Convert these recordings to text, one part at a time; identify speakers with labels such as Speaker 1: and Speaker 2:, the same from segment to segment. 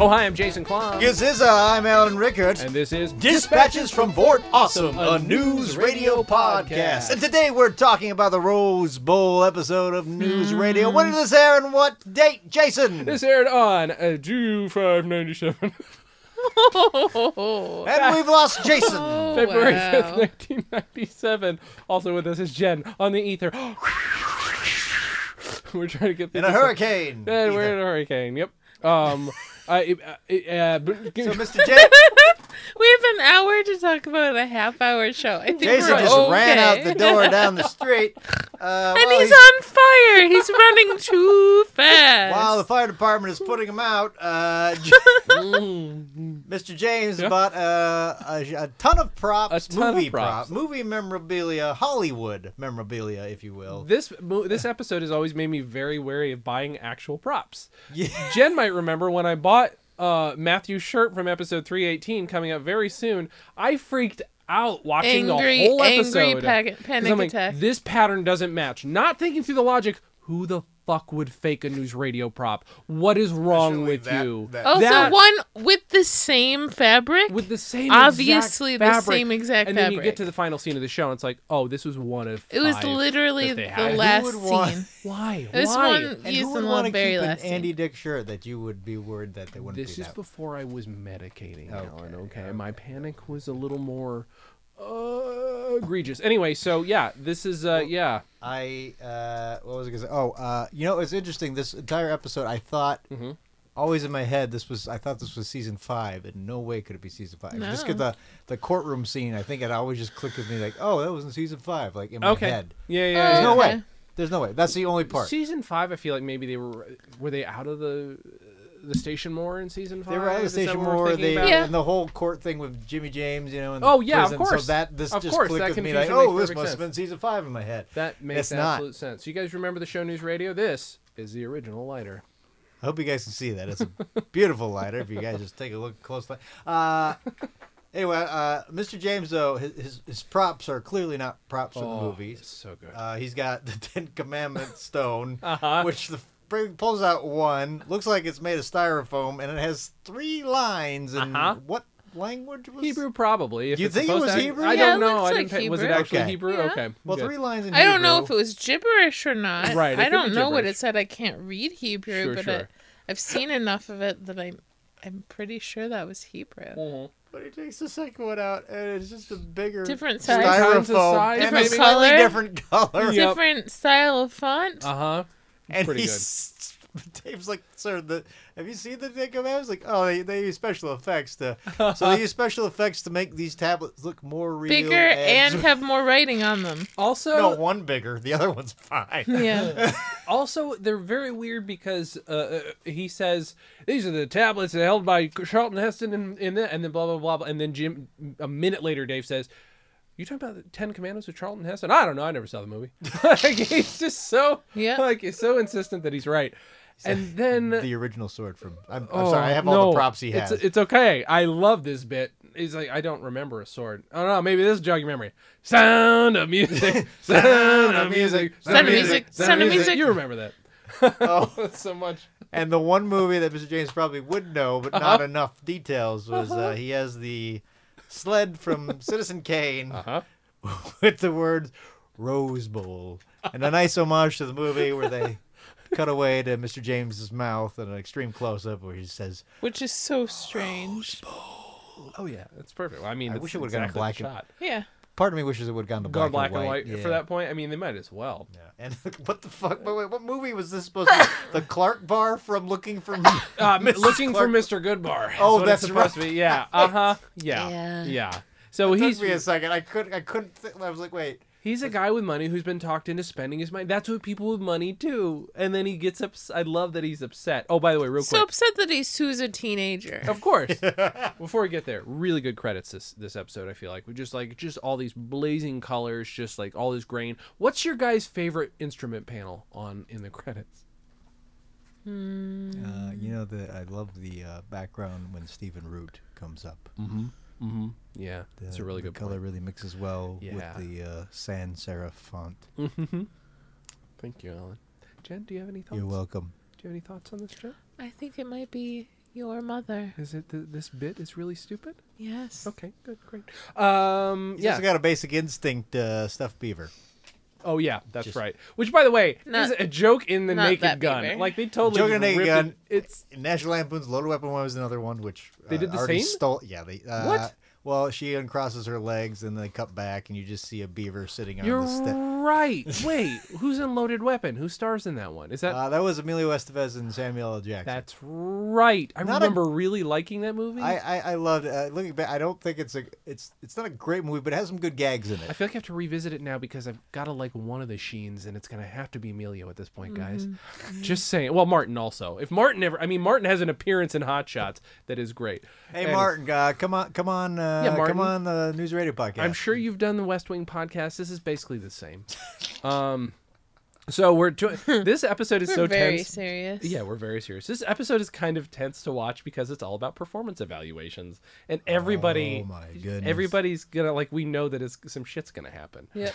Speaker 1: Oh, hi. I'm Jason Klom.
Speaker 2: Gaziza, I'm Alan Rickards.
Speaker 1: And this is
Speaker 2: Dispatches from Fort Awesome, a news radio podcast. And today we're talking about the Rose Bowl episode of News Radio. When did this air and what date, Jason?
Speaker 1: This aired on uh, June 5, 97,
Speaker 3: Oh,
Speaker 2: And we've lost Jason.
Speaker 1: February
Speaker 3: wow.
Speaker 1: 5th, 1997. Also with us is Jen on the ether. We're trying to get through
Speaker 2: In a
Speaker 1: this-
Speaker 2: hurricane.
Speaker 1: Yeah, we're in
Speaker 2: Ethan.
Speaker 1: a hurricane. Yep. Um, I, I, uh, but-
Speaker 2: So, Mr. J,
Speaker 3: we have an hour to talk about a half hour show. I think
Speaker 2: Jason
Speaker 3: we're
Speaker 2: just
Speaker 3: okay.
Speaker 2: ran out the door down the street. Uh,
Speaker 3: and
Speaker 2: while
Speaker 3: he's on fire. He's running too fast.
Speaker 2: While the fire department is putting him out, uh, J- Mr. James
Speaker 1: Yeah.
Speaker 2: bought uh, a, a ton of props,
Speaker 1: A ton of
Speaker 2: movie
Speaker 1: props.
Speaker 2: prop, movie memorabilia, Hollywood memorabilia, if you will.
Speaker 1: this mo- this episode has always made me very wary of buying actual props.
Speaker 2: Yeah.
Speaker 1: Jen might remember when I bought uh, Matthew's shirt from episode 318 coming up very soon. I freaked out watching
Speaker 3: Angry-
Speaker 1: the whole
Speaker 3: angry
Speaker 1: episode.
Speaker 3: pac-
Speaker 1: 'Cause
Speaker 3: panic
Speaker 1: I'm like,
Speaker 3: attack.
Speaker 1: This pattern doesn't match. Not thinking through the logic. Who the fuck would fake a news radio prop? What is wrong
Speaker 2: Especially
Speaker 1: with
Speaker 2: that-
Speaker 1: you?
Speaker 2: that-
Speaker 3: also,
Speaker 1: that-
Speaker 3: one with the same fabric.
Speaker 1: with the same
Speaker 3: Obviously the
Speaker 1: exact fabric.
Speaker 3: same exact
Speaker 1: and then you
Speaker 3: fabric.
Speaker 1: get to the final scene of the show and it's like oh this was one of
Speaker 3: it was
Speaker 1: five
Speaker 3: literally
Speaker 1: that they
Speaker 3: the
Speaker 1: had.
Speaker 3: last
Speaker 2: would want-
Speaker 3: scene.
Speaker 1: why
Speaker 3: This
Speaker 1: why
Speaker 3: one
Speaker 2: and who
Speaker 3: used
Speaker 2: would
Speaker 3: in
Speaker 2: want
Speaker 3: the
Speaker 2: to
Speaker 3: very
Speaker 2: keep an
Speaker 3: last scene.
Speaker 2: Andy Dick shirt that you would be worried that they wouldn't
Speaker 1: This
Speaker 2: do
Speaker 1: is
Speaker 2: that?
Speaker 1: before I was medicating, Alan. Okay, my panic was a little more uh, egregious. Anyway, so yeah, this is uh, yeah,
Speaker 2: I uh, what was I gonna say? Oh, uh, you know, it's interesting. This entire episode, I thought.
Speaker 1: Mm-hmm.
Speaker 2: Always in my head, this was I thought this was season five, and no way could it be season five. Just
Speaker 3: No.
Speaker 2: because the the courtroom scene, I think it always just clicked with me like, oh, that was in season five, like in my
Speaker 1: okay,
Speaker 2: head.
Speaker 1: yeah, yeah.
Speaker 2: There's
Speaker 1: yeah.
Speaker 2: no
Speaker 3: Okay.
Speaker 2: way. There's no way. That's the only part.
Speaker 1: Season five, I feel like maybe they were were they out of the the station more in season five?
Speaker 2: They were at the
Speaker 1: Is that
Speaker 2: station
Speaker 1: what we're
Speaker 2: more.
Speaker 1: thinking
Speaker 2: They
Speaker 1: about?
Speaker 3: Yeah.
Speaker 2: and the whole court thing with Jimmy James, you know. And
Speaker 1: Oh, yeah, of
Speaker 2: prison.
Speaker 1: course.
Speaker 2: So that this
Speaker 1: Of
Speaker 2: just
Speaker 1: course,
Speaker 2: clicked
Speaker 1: that
Speaker 2: with me like,
Speaker 1: confusion makes
Speaker 2: oh, this
Speaker 1: perfect
Speaker 2: must have
Speaker 1: sense.
Speaker 2: been season five in my head.
Speaker 1: That makes
Speaker 2: It's not.
Speaker 1: absolute sense. You guys remember the show News Radio? This is the original lighter.
Speaker 2: I hope you guys can see that. It's a beautiful lighter. If you guys just take a look closely. Uh, anyway, uh, Mr. James though his, his his props are clearly not props from the
Speaker 1: Oh,
Speaker 2: movies.
Speaker 1: it's so good.
Speaker 2: Uh, he's got the Ten Commandments stone,
Speaker 1: Uh-huh.
Speaker 2: which the bring- pulls out one. Looks like it's made of styrofoam, and it has three lines. And
Speaker 1: Uh-huh.
Speaker 2: what language was
Speaker 1: Hebrew, probably. If
Speaker 2: You
Speaker 1: it's
Speaker 2: think it
Speaker 1: supposed
Speaker 2: was
Speaker 1: to-
Speaker 2: Hebrew?
Speaker 1: I
Speaker 3: Yeah,
Speaker 1: don't
Speaker 3: it
Speaker 1: know.
Speaker 3: looks
Speaker 1: I
Speaker 3: like
Speaker 1: didn't. pay- was it
Speaker 3: Hebrew.
Speaker 1: actually
Speaker 2: Okay.
Speaker 1: Hebrew?
Speaker 3: Yeah.
Speaker 1: Okay.
Speaker 2: Well,
Speaker 1: good.
Speaker 2: three lines in
Speaker 3: I don't know
Speaker 2: Hebrew.
Speaker 3: if it was gibberish or not.
Speaker 1: Right, it
Speaker 3: I
Speaker 1: could
Speaker 3: don't
Speaker 1: be
Speaker 3: know what
Speaker 1: gibberish.
Speaker 3: it said. I can't read Hebrew,
Speaker 1: Sure,
Speaker 3: but I,
Speaker 1: sure.
Speaker 3: I've seen enough of it that I'm I'm pretty sure that was Hebrew.
Speaker 1: Mhm.
Speaker 2: But he takes the second one out, and it's just a bigger
Speaker 3: Different size.
Speaker 2: styrofoam,
Speaker 1: Different size,
Speaker 2: and
Speaker 3: maybe.
Speaker 2: a slightly
Speaker 3: Color?
Speaker 2: different color.
Speaker 1: Yeah. Yep.
Speaker 3: Different style of font.
Speaker 1: Uh huh.
Speaker 2: And
Speaker 1: Pretty
Speaker 2: he
Speaker 1: good.
Speaker 2: s- Dave's like, sir, the, have you seen the Ten Commandments? Like, oh, they, they use special effects to, so they use special effects to make these tablets look more real.
Speaker 3: bigger
Speaker 2: and,
Speaker 3: and have more writing on them.
Speaker 1: Also,
Speaker 2: no one bigger, the other one's fine.
Speaker 3: Yeah.
Speaker 1: also they're very weird because uh, uh, he says these are the tablets that held by Charlton Heston and and then, and then blah blah blah blah and then Jim a minute later Dave says you talking about the Ten Commandments with Charlton Heston? I don't know. I never saw the movie. like, he's just so
Speaker 3: Yeah.
Speaker 1: like he's so insistent that he's right. And then
Speaker 2: the original sword from. I'm, I'm
Speaker 1: Oh,
Speaker 2: sorry, I have all
Speaker 1: no.
Speaker 2: the props he has.
Speaker 1: It's, it's okay. I love this bit. He's like, I don't remember a sword. I don't know. Maybe this is jogging memory. Sound of music. sound of music.
Speaker 3: Sound of music, sound of music.
Speaker 1: You remember that.
Speaker 2: Oh.
Speaker 1: That's so much.
Speaker 2: And the one movie that Mr. James probably would know, but
Speaker 1: Uh-huh.
Speaker 2: not enough details, was uh, he has the sled from Citizen Kane
Speaker 1: Uh-huh.
Speaker 2: with the words Rose Bowl. And a nice homage to the movie where they cut away to Mr. James's mouth in an extreme close up where he says,
Speaker 3: Which is so strange.
Speaker 1: Oh yeah, that's perfect. Well, I mean,
Speaker 2: I
Speaker 1: that's
Speaker 2: wish it would've gone
Speaker 1: exactly
Speaker 2: black
Speaker 1: the
Speaker 2: and-
Speaker 1: shot.
Speaker 3: Yeah.
Speaker 2: Part of me wishes it would have gone to
Speaker 1: Gone
Speaker 2: black,
Speaker 1: black and white,
Speaker 2: Yeah.
Speaker 1: for that point. I mean, they might as well.
Speaker 2: Yeah. And what the fuck? Wait, wait, what movie was this supposed to be? The Clark bar from Looking for Me?
Speaker 1: Um,
Speaker 2: Mrs.
Speaker 1: looking
Speaker 2: Clark-
Speaker 1: for Mr. Goodbar. is
Speaker 2: Oh,
Speaker 1: what it's
Speaker 2: that's
Speaker 1: supposed to
Speaker 2: right.
Speaker 1: be. Yeah. Uh huh. Yeah.
Speaker 3: Yeah.
Speaker 1: So
Speaker 2: Took
Speaker 1: he's
Speaker 2: me a second. I couldn't. I couldn't. Th- I was like, wait.
Speaker 1: He's a guy with money who's been talked into spending his money. That's what people with money do. And then he gets upset. I love that he's upset. Oh, by the way, real
Speaker 3: So
Speaker 1: quick.
Speaker 3: upset that he sues a teenager.
Speaker 1: Of course. Before we get there, really good credits this this episode. I feel like we just like just all these blazing colors, just like all this grain. What's your guy's favorite instrument panel on in the credits?
Speaker 2: Uh, you know the I love the uh, background when Stephen Root comes up.
Speaker 1: Yeah, Mm-hmm. that's
Speaker 2: The-
Speaker 1: a really
Speaker 2: the
Speaker 1: good
Speaker 2: color.
Speaker 1: color.
Speaker 2: Really mixes well
Speaker 1: Yeah.
Speaker 2: with the uh, sans serif font.
Speaker 1: Thank you, Alan. Jen, do you have any thoughts?
Speaker 2: You're welcome.
Speaker 1: Do you have any thoughts on this, Jen?
Speaker 3: I think it might be your mother.
Speaker 1: Is it th- this bit is really stupid?
Speaker 3: Yes.
Speaker 1: Okay, good, great. Um,
Speaker 2: He's
Speaker 1: yeah.
Speaker 2: also got a basic instinct uh, stuffed beaver.
Speaker 1: Oh yeah, that's
Speaker 2: Just-
Speaker 1: right. Which, by the way,
Speaker 3: Not-
Speaker 1: is a joke in the
Speaker 3: not
Speaker 1: Naked
Speaker 3: that
Speaker 1: Gun.
Speaker 3: beaver.
Speaker 1: Like they totally
Speaker 2: Joke in the
Speaker 1: just
Speaker 2: Naked
Speaker 1: ripped
Speaker 2: Gun.
Speaker 1: it. It's
Speaker 2: National Lampoon's Loaded Weapon was another one, which
Speaker 1: They
Speaker 2: uh,
Speaker 1: did the
Speaker 2: already
Speaker 1: same?
Speaker 2: Stole, yeah, they uh,
Speaker 1: What?
Speaker 2: Well, she uncrosses her legs and they cut back, and you just see a beaver sitting on
Speaker 1: you're
Speaker 2: the step.
Speaker 1: right. Wait, who's in Loaded Weapon? Who stars in that one? Is that
Speaker 2: Uh, that was Emilio Estevez and Samuel L. Jackson.
Speaker 1: that's right? I
Speaker 2: Not a-
Speaker 1: remember really liking that movie.
Speaker 2: I, I, I loved uh, looking back. I don't think it's a it's it's not a great movie, but it has some good gags in
Speaker 1: I
Speaker 2: it.
Speaker 1: feel like I have to revisit it now because I've got to like one of the Sheens, and it's gonna have to be Emilio at this point, guys.
Speaker 3: Mm-hmm.
Speaker 1: Just saying. Well, Martin also. If Martin ever, I mean, Martin has an appearance in Hot Shots that is great.
Speaker 2: Hey
Speaker 1: And-
Speaker 2: Martin, uh, come on, come on, uh,
Speaker 1: Yeah, Martin.
Speaker 2: come on the news radio podcast.
Speaker 1: I'm sure you've done the West Wing podcast. This is basically the same. um, so we're doing this episode is
Speaker 3: We're
Speaker 1: so
Speaker 3: very
Speaker 1: tense.
Speaker 3: serious.
Speaker 1: Yeah, we're very serious. This episode is kind of tense to watch because it's all about performance evaluations, and everybody,
Speaker 2: Oh my goodness.
Speaker 1: everybody's gonna like. We know that it's, some shit's gonna happen.
Speaker 3: Yep.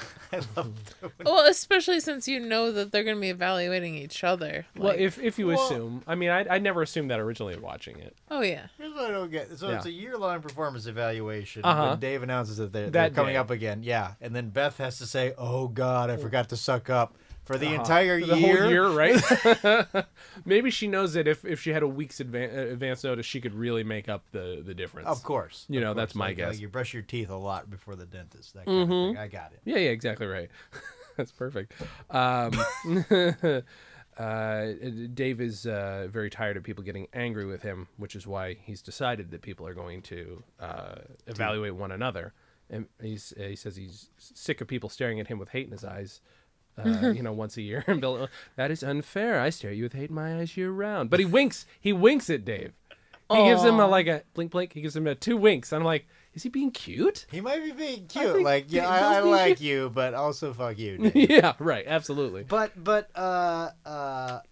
Speaker 3: Well, especially since you know that they're going to be evaluating each other.
Speaker 1: well,
Speaker 3: like-
Speaker 1: if if you
Speaker 2: Well-
Speaker 1: assume, I mean, I I never assumed that originally watching it.
Speaker 3: oh yeah,
Speaker 2: Here's what I don't get. So
Speaker 1: Yeah.
Speaker 2: it's a year long performance evaluation.
Speaker 1: Uh-huh.
Speaker 2: When Dave announces that they're, they're
Speaker 1: That
Speaker 2: coming
Speaker 1: day.
Speaker 2: up again. Yeah. And then Beth has to say, oh, God, I forgot to suck up for the
Speaker 1: Uh-huh.
Speaker 2: entire
Speaker 1: the
Speaker 2: year.
Speaker 1: whole year, right? Maybe she knows that if if she had a week's advan- uh, advance notice, she could really make up the the difference.
Speaker 2: Of course.
Speaker 1: You
Speaker 2: of
Speaker 1: know,
Speaker 2: course.
Speaker 1: that's my
Speaker 2: Like-
Speaker 1: guess. Mm-hmm.
Speaker 2: like you brush your teeth a lot before the dentist. That kind of thing. I got it.
Speaker 1: Yeah, yeah, exactly right. That's perfect. Um, uh, Dave is uh, very tired of people getting angry with him, which is why he's decided that people are going to uh, evaluate one another. And he's, uh, he says he's sick of people staring at him with hate in his eyes. Uh, you know, once a year, and Bill, that is unfair. I stare at you with hate in my eyes year round. But he winks. He winks at Dave. He gives him a, like a blink, blink. He gives him a two winks. And I'm like, is he being cute?
Speaker 2: He might be being cute.
Speaker 1: think
Speaker 2: Like, yeah,
Speaker 1: Dave
Speaker 2: I, I
Speaker 1: does think
Speaker 2: like you, but also fuck you. Dave.
Speaker 1: yeah, right. Absolutely.
Speaker 2: but, but, uh, uh,
Speaker 3: that's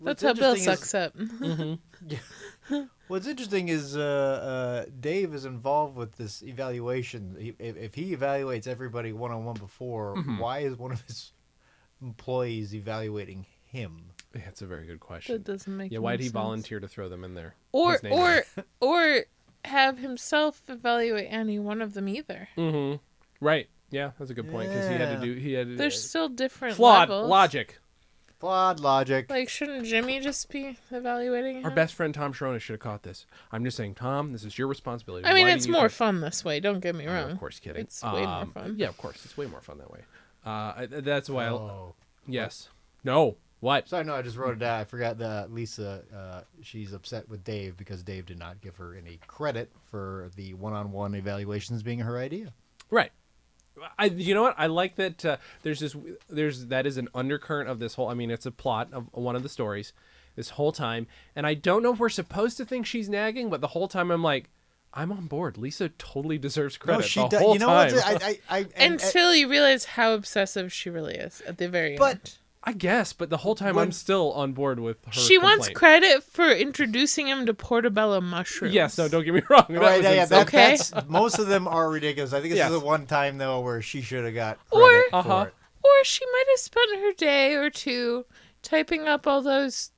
Speaker 2: what's
Speaker 3: how Bill
Speaker 2: interesting is-
Speaker 3: sucks up.
Speaker 2: What's interesting is uh, uh, Dave is involved with this evaluation. He, if, if he evaluates everybody one on one before,
Speaker 1: Mm-hmm.
Speaker 2: why is one of his employees evaluating him?
Speaker 1: Yeah, That's a very good
Speaker 3: that
Speaker 1: question.
Speaker 3: doesn't make.
Speaker 1: Yeah,
Speaker 3: any
Speaker 1: why would he
Speaker 3: sense.
Speaker 1: volunteer to throw them in there?
Speaker 3: Or
Speaker 1: His name
Speaker 3: or or have himself evaluate any one of them either.
Speaker 1: right? Yeah, that's a good point because he had
Speaker 2: Mm-hmm. Yeah.
Speaker 1: to do he had to, uh,
Speaker 3: There's still different
Speaker 1: flawed
Speaker 3: levels.
Speaker 1: logic.
Speaker 2: Flawed logic.
Speaker 3: Like, shouldn't Jimmy just be evaluating him?
Speaker 1: Our best friend Tom Sharona should have caught this. I'm just saying, Tom, this is your responsibility.
Speaker 3: I mean,
Speaker 1: Why
Speaker 3: it's
Speaker 1: didn't you
Speaker 3: more
Speaker 1: come-
Speaker 3: fun this way. Don't get me
Speaker 1: I'm
Speaker 3: wrong.
Speaker 1: Of course, kidding.
Speaker 3: It's way more
Speaker 1: Um,
Speaker 3: fun.
Speaker 1: Yeah, of course, it's way more fun that way. Uh, I- that's why. I-
Speaker 2: Oh.
Speaker 1: yes. No. What?
Speaker 2: Sorry, no, I just wrote it down. I forgot that Lisa, uh, she's upset with Dave because Dave did not give her any credit for the one on one evaluations being her idea.
Speaker 1: Right. I, you know what I like that uh, there's this there's that is an undercurrent of this whole I mean it's a plot of one of the stories this whole time and I don't know if we're supposed to think she's nagging but the whole time I'm like I'm on board Lisa totally deserves credit the
Speaker 2: does.
Speaker 1: whole
Speaker 2: You know
Speaker 1: time
Speaker 2: what? I, I, I, and, uh,
Speaker 3: Until you realize how obsessive she really is at the very
Speaker 2: But-
Speaker 3: end.
Speaker 1: I guess but the whole time
Speaker 2: When-
Speaker 1: I'm still on board with her
Speaker 3: She wants
Speaker 1: complaint.
Speaker 3: credit for introducing him to portobello mushrooms.
Speaker 1: yes no don't get me wrong that
Speaker 2: Right,
Speaker 1: was
Speaker 2: yeah, yeah,
Speaker 1: insane.
Speaker 2: that,
Speaker 3: Okay.
Speaker 2: that's most of them are ridiculous. I think this
Speaker 1: Yes.
Speaker 2: is the one time though where she should have got
Speaker 3: Or-
Speaker 2: credit for
Speaker 1: Uh-huh.
Speaker 2: it.
Speaker 3: Or she might have spent her day or two typing up all those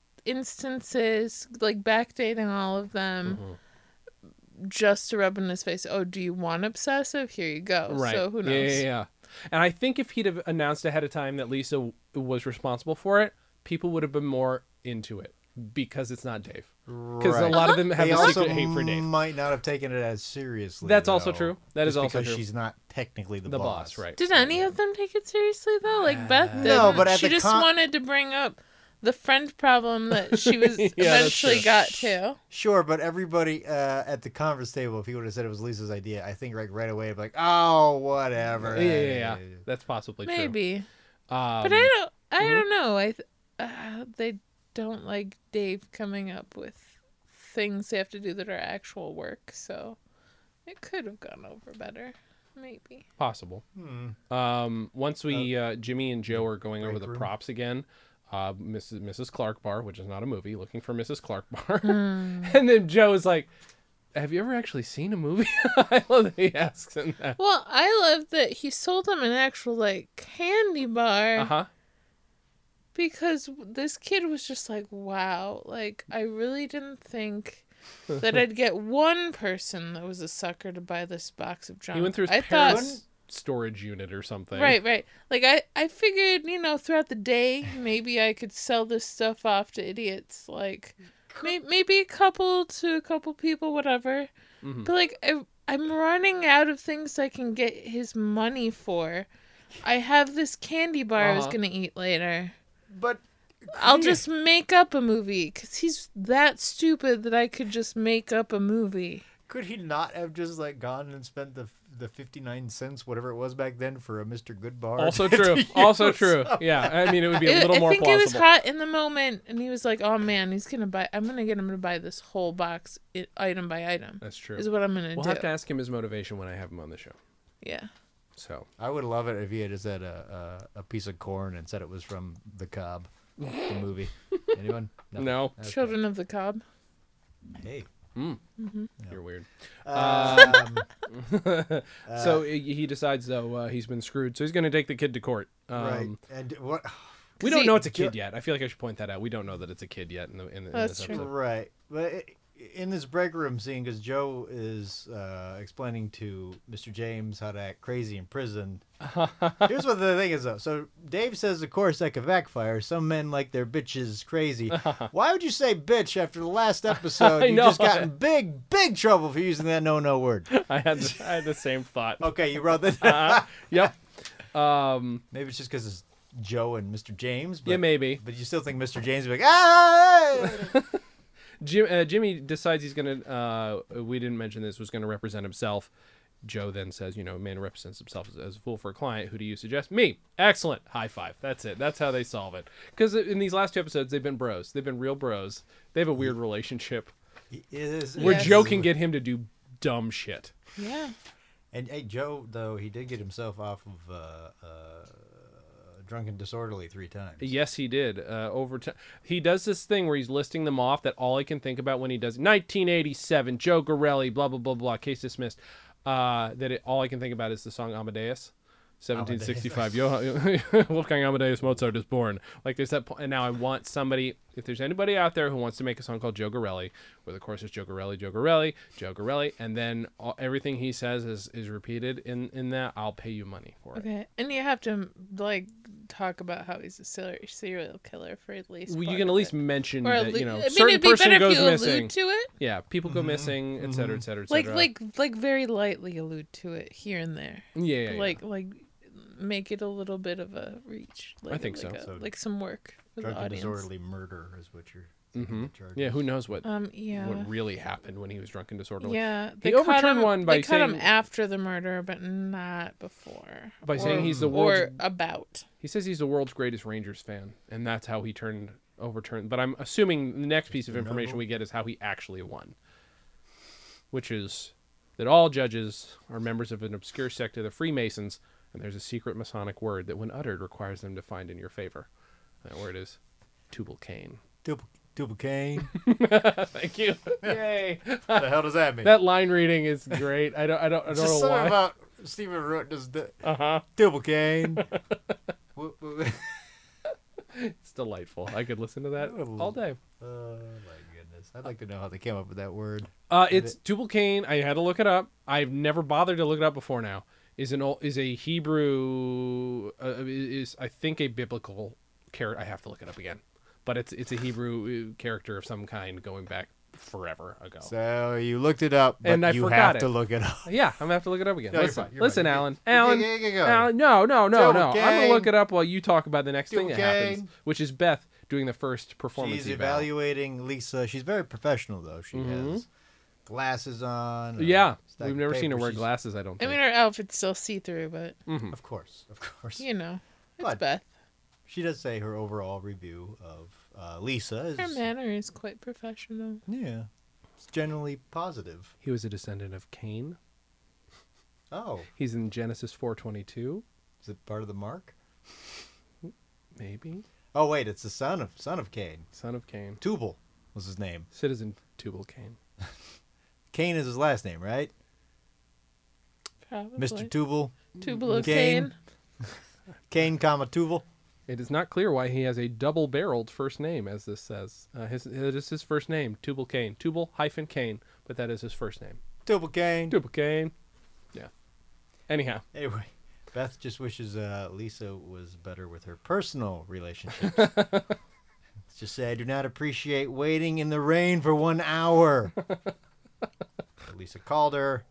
Speaker 3: instances, like backdating all of them,
Speaker 1: Mm-hmm.
Speaker 3: just to rub in his face. Oh, do you want obsessive? Here you go.
Speaker 1: Right.
Speaker 3: So who
Speaker 1: Yeah,
Speaker 3: knows?
Speaker 1: Yeah, yeah, And I think if he'd have announced ahead of time that Lisa w- was responsible for it, people would have been more into it because it's not Dave. Because a
Speaker 2: Right.
Speaker 1: lot of them have
Speaker 2: they
Speaker 1: a
Speaker 2: also
Speaker 1: secret hate for Dave.
Speaker 2: might not have taken it as seriously.
Speaker 1: That's also
Speaker 2: though,
Speaker 1: true. That is
Speaker 2: just
Speaker 1: also
Speaker 2: because
Speaker 1: true.
Speaker 2: she's not technically the,
Speaker 1: The boss, right? Uh,
Speaker 3: Did any of them take it seriously though? Like Beth did.
Speaker 2: No, but at
Speaker 3: she
Speaker 2: the
Speaker 3: just
Speaker 2: con-
Speaker 3: wanted to bring up the friend problem that she was
Speaker 1: Yeah, that's
Speaker 3: eventually got to.
Speaker 2: Sure, but everybody uh, at the conference table, if he would have said it was Lisa's idea, I think like right away, I'd be like, oh, whatever.
Speaker 1: Yeah, yeah, yeah, yeah. That's possibly true.
Speaker 3: Maybe,
Speaker 1: Um,
Speaker 3: but I don't. I
Speaker 1: mhm.
Speaker 3: don't know. I th- uh, they don't like Dave coming up with things they have to do that are actual work. So it could have gone over better. Maybe.
Speaker 1: possible.
Speaker 2: Hmm.
Speaker 1: Um, once we uh, Jimmy and Joe are going over
Speaker 2: Oh. break
Speaker 1: the
Speaker 2: room.
Speaker 1: props again. Uh, Mrs. Mrs. Clark Bar, which is not a movie, looking for Mrs. Clark Bar,
Speaker 3: Hmm.
Speaker 1: and then Joe is like, "Have you ever actually seen a movie?" I love that he asks him that.
Speaker 3: Well, I love that he sold them an actual like candy bar
Speaker 1: Uh huh.
Speaker 3: because this kid was just like, "Wow, like I really didn't think that I'd get one person that was a sucker to buy this box of junk."
Speaker 1: He went through his
Speaker 3: I
Speaker 1: parents' storage unit or something.
Speaker 3: Right, right. Like I, I figured, you know, throughout the day, maybe I could sell this stuff off to idiots, like may- maybe a couple to a couple people, whatever.
Speaker 1: Mhm.
Speaker 3: But like, I, I'm running out of things I can get his money for. I have this candy bar I was
Speaker 1: Uh-huh.
Speaker 3: gonna eat later.
Speaker 2: But
Speaker 3: I'll
Speaker 2: Yeah.
Speaker 3: just make up a movie because he's that stupid that I could just make up a movie.
Speaker 2: could he not have just like gone and spent the the fifty nine cents, whatever it was back then, for a Mister Good bar?
Speaker 1: Also true. also true. Yeah. I mean, it would be a
Speaker 3: It-
Speaker 1: little more
Speaker 3: I think
Speaker 1: plausible.
Speaker 3: it was hot in the moment, and he was like, "Oh man, he's gonna buy. I'm gonna get him to buy this whole box, i item by item,
Speaker 1: That's true.
Speaker 3: is what I'm gonna
Speaker 1: We'll
Speaker 3: do."
Speaker 1: have to ask him his motivation when I have him on the show.
Speaker 3: Yeah,
Speaker 1: So
Speaker 2: I would love it if he had just had a, a a piece of corn and said it was from the Cobb, the movie. Anyone?
Speaker 1: no,
Speaker 2: Okay.
Speaker 3: Children of the Cob.
Speaker 2: Hey.
Speaker 1: you're weird.
Speaker 2: Um,
Speaker 1: so he he decides though uh, he's been screwed, so he's going to take the kid to court. Um,
Speaker 2: right. And what?
Speaker 1: We don't
Speaker 3: See-
Speaker 1: know it's a kid yet. I feel like I should point that out. We don't know that it's a kid yet in the in, the, in
Speaker 3: That's
Speaker 1: this
Speaker 3: true.
Speaker 1: episode.
Speaker 2: Right. But i- in this break room scene, because Joe is uh, explaining to Mr. James how to act crazy in prison. Here's what the thing is, though. So Dave says, of course, that could backfire. Some men like their bitches crazy. Why would you say bitch after the last episode?
Speaker 1: I
Speaker 2: you just
Speaker 1: know.
Speaker 2: got in big, big trouble for using that no-no word.
Speaker 1: I had the, I had the same thought.
Speaker 2: Okay, you wrote that. down.
Speaker 1: Uh-huh. Yep. Um,
Speaker 2: Maybe it's just because it's Joe and Mr. James. But,
Speaker 1: yeah, maybe.
Speaker 2: But you still think Mr. James would be like, ah!
Speaker 1: Jim, uh, Jimmy decides he's going to. Uh, we didn't mention this. Was going to represent himself. Joe then says, "You know, a man represents himself as, as a fool for a client. Who do you suggest? Me. Excellent. High five. That's it. That's how they solve it. Because in these last two episodes, they've been bros. They've been real bros. They have a weird relationship
Speaker 2: It is-
Speaker 1: where
Speaker 3: Yes.
Speaker 1: Joe can get him to do dumb shit.
Speaker 3: Yeah,
Speaker 2: And hey, Joe, though he did get himself off of uh, uh, drunken disorderly three times.
Speaker 1: Yes, he did. Uh, over time, he does this thing where he's listing them off. That all I can think about when he does 1987, Joe Gorelli, blah blah blah blah. Case dismissed. Uh, that it, all I can think about is the song Amadeus, 1765. Johann, Wolfgang Amadeus Mozart is born. Like there's that. po- And now I want somebody. If there's anybody out there who wants to make a song called Joe Gorelli, where the chorus is Joe Gorelli, Joe Gorelli, Joe Gorelli, and then all, everything he says is is repeated in in that, I'll pay you money for it.
Speaker 3: okay. And you have to like talk about how he's a serial serial killer for at least.
Speaker 1: Well, you
Speaker 3: part
Speaker 1: can at
Speaker 3: of
Speaker 1: least
Speaker 3: it.
Speaker 1: mention
Speaker 3: or
Speaker 1: that
Speaker 3: allu-
Speaker 1: you know
Speaker 3: I mean,
Speaker 1: certain
Speaker 3: it'd be
Speaker 1: person
Speaker 3: better
Speaker 1: goes
Speaker 3: if you
Speaker 1: missing.
Speaker 3: allude to it,
Speaker 1: Yeah, people go missing, et cetera, et cetera, et
Speaker 3: like
Speaker 1: cetera.
Speaker 3: like like very lightly allude to it here and there,
Speaker 1: yeah, yeah, yeah.
Speaker 3: like like make it a little bit of a reach. Like,
Speaker 1: think
Speaker 3: like
Speaker 1: so.
Speaker 3: a-
Speaker 2: So-
Speaker 3: like some work for the
Speaker 2: drunken
Speaker 3: audience.
Speaker 2: disorderly murder is what you're.
Speaker 1: Mhm.
Speaker 2: thinking of charges.
Speaker 1: yeah. Who knows what
Speaker 3: Um. Yeah.
Speaker 1: what really happened when he was drunk and disorderly?
Speaker 3: Yeah,
Speaker 1: They
Speaker 3: caught
Speaker 1: overturned
Speaker 3: him-
Speaker 1: one by
Speaker 3: they caught him
Speaker 1: saying-
Speaker 3: after the murder, but not before.
Speaker 1: By saying
Speaker 2: Hmm.
Speaker 1: he's the world's,
Speaker 3: or about.
Speaker 1: he says he's the world's greatest Rangers fan, and that's how he turned overturned. But I'm assuming the next piece of information we get is how he actually won, which is that all judges are members of an obscure sect of the Freemasons, and there's a secret Masonic word that, when uttered, requires them to find in your favor. That word is Tubal Cain.
Speaker 2: Double, double cane.
Speaker 1: Thank you. Yay.
Speaker 2: what the hell does that mean?
Speaker 1: That line reading is great. I don't. I don't. I don't
Speaker 2: It's just
Speaker 1: know
Speaker 2: something
Speaker 1: why.
Speaker 2: about Stephen Root does the
Speaker 1: uh huh.
Speaker 2: double cane. Woo- woo-
Speaker 1: It's delightful. I could listen to that
Speaker 2: Ooh.
Speaker 1: all day.
Speaker 2: oh my goodness! I'd like to know how they came up with that word.
Speaker 1: Uh, it's Tubal Cain. I had to look it up. I've never bothered to look it up before now. Is an old, is a Hebrew uh, is I think a biblical character. I have to look it up again, but it's it's a Hebrew uh, character of some kind going back forever ago.
Speaker 2: So you looked it up, but
Speaker 1: Oh. And I
Speaker 2: you
Speaker 1: forgot
Speaker 2: have
Speaker 1: it.
Speaker 2: to look it up.
Speaker 1: Yeah, I'm gonna have to look it up again.
Speaker 2: No, you're
Speaker 1: listen,
Speaker 2: fine, you're
Speaker 1: listen,
Speaker 2: fine.
Speaker 1: Alan,
Speaker 2: You- you-
Speaker 1: Alan,
Speaker 2: you- you go.
Speaker 1: Alan, no, no, no,
Speaker 2: Double
Speaker 1: no. I'm gonna
Speaker 2: gang.
Speaker 1: look it up while you talk about the next thing that
Speaker 2: Double
Speaker 1: happens,
Speaker 2: gang.
Speaker 1: which is Beth doing the first performance
Speaker 2: She's
Speaker 1: eval.
Speaker 2: evaluating Lisa. She's very professional though. She
Speaker 1: Mhm.
Speaker 2: has glasses on. a
Speaker 1: Yeah,
Speaker 2: stack
Speaker 1: we've
Speaker 2: of
Speaker 1: never seen her
Speaker 2: papers.
Speaker 1: wear
Speaker 2: She's-
Speaker 1: glasses. I don't.
Speaker 3: I
Speaker 1: Think.
Speaker 3: mean, her outfit's still see through, but
Speaker 1: Mhm.
Speaker 2: Of course, of course.
Speaker 3: you know, it's
Speaker 2: But-
Speaker 3: Beth.
Speaker 2: She does say her overall review of uh, Lisa is
Speaker 3: Her manner is quite professional.
Speaker 2: yeah, it's generally positive.
Speaker 1: he was a descendant of Cain.
Speaker 2: Oh,
Speaker 1: He's in Genesis 4:22,
Speaker 2: is it part of the mark?
Speaker 1: maybe
Speaker 2: Oh wait, it's the son of son of Cain.
Speaker 1: son of Cain,
Speaker 2: Tubal was his name.
Speaker 1: citizen Tubal Cain.
Speaker 2: Cain is his last name, right?
Speaker 3: Probably.
Speaker 2: Mr. Tubal.
Speaker 3: Tubal of
Speaker 2: Cain.
Speaker 3: Cain.
Speaker 2: Cain, comma Tubal.
Speaker 1: It is not clear why he has a double-barreled first name, as this says. Uh, his it is his first name, Tubal Cain, Tubal hyphen Cain, but that is his first name,
Speaker 2: Tubal Cain.
Speaker 1: Tubal Cain. Yeah. Anyhow,
Speaker 2: Anyway, Beth just wishes uh, Lisa was better with her personal relationships. Let's just say I do not appreciate waiting in the rain for one hour. But Lisa called her.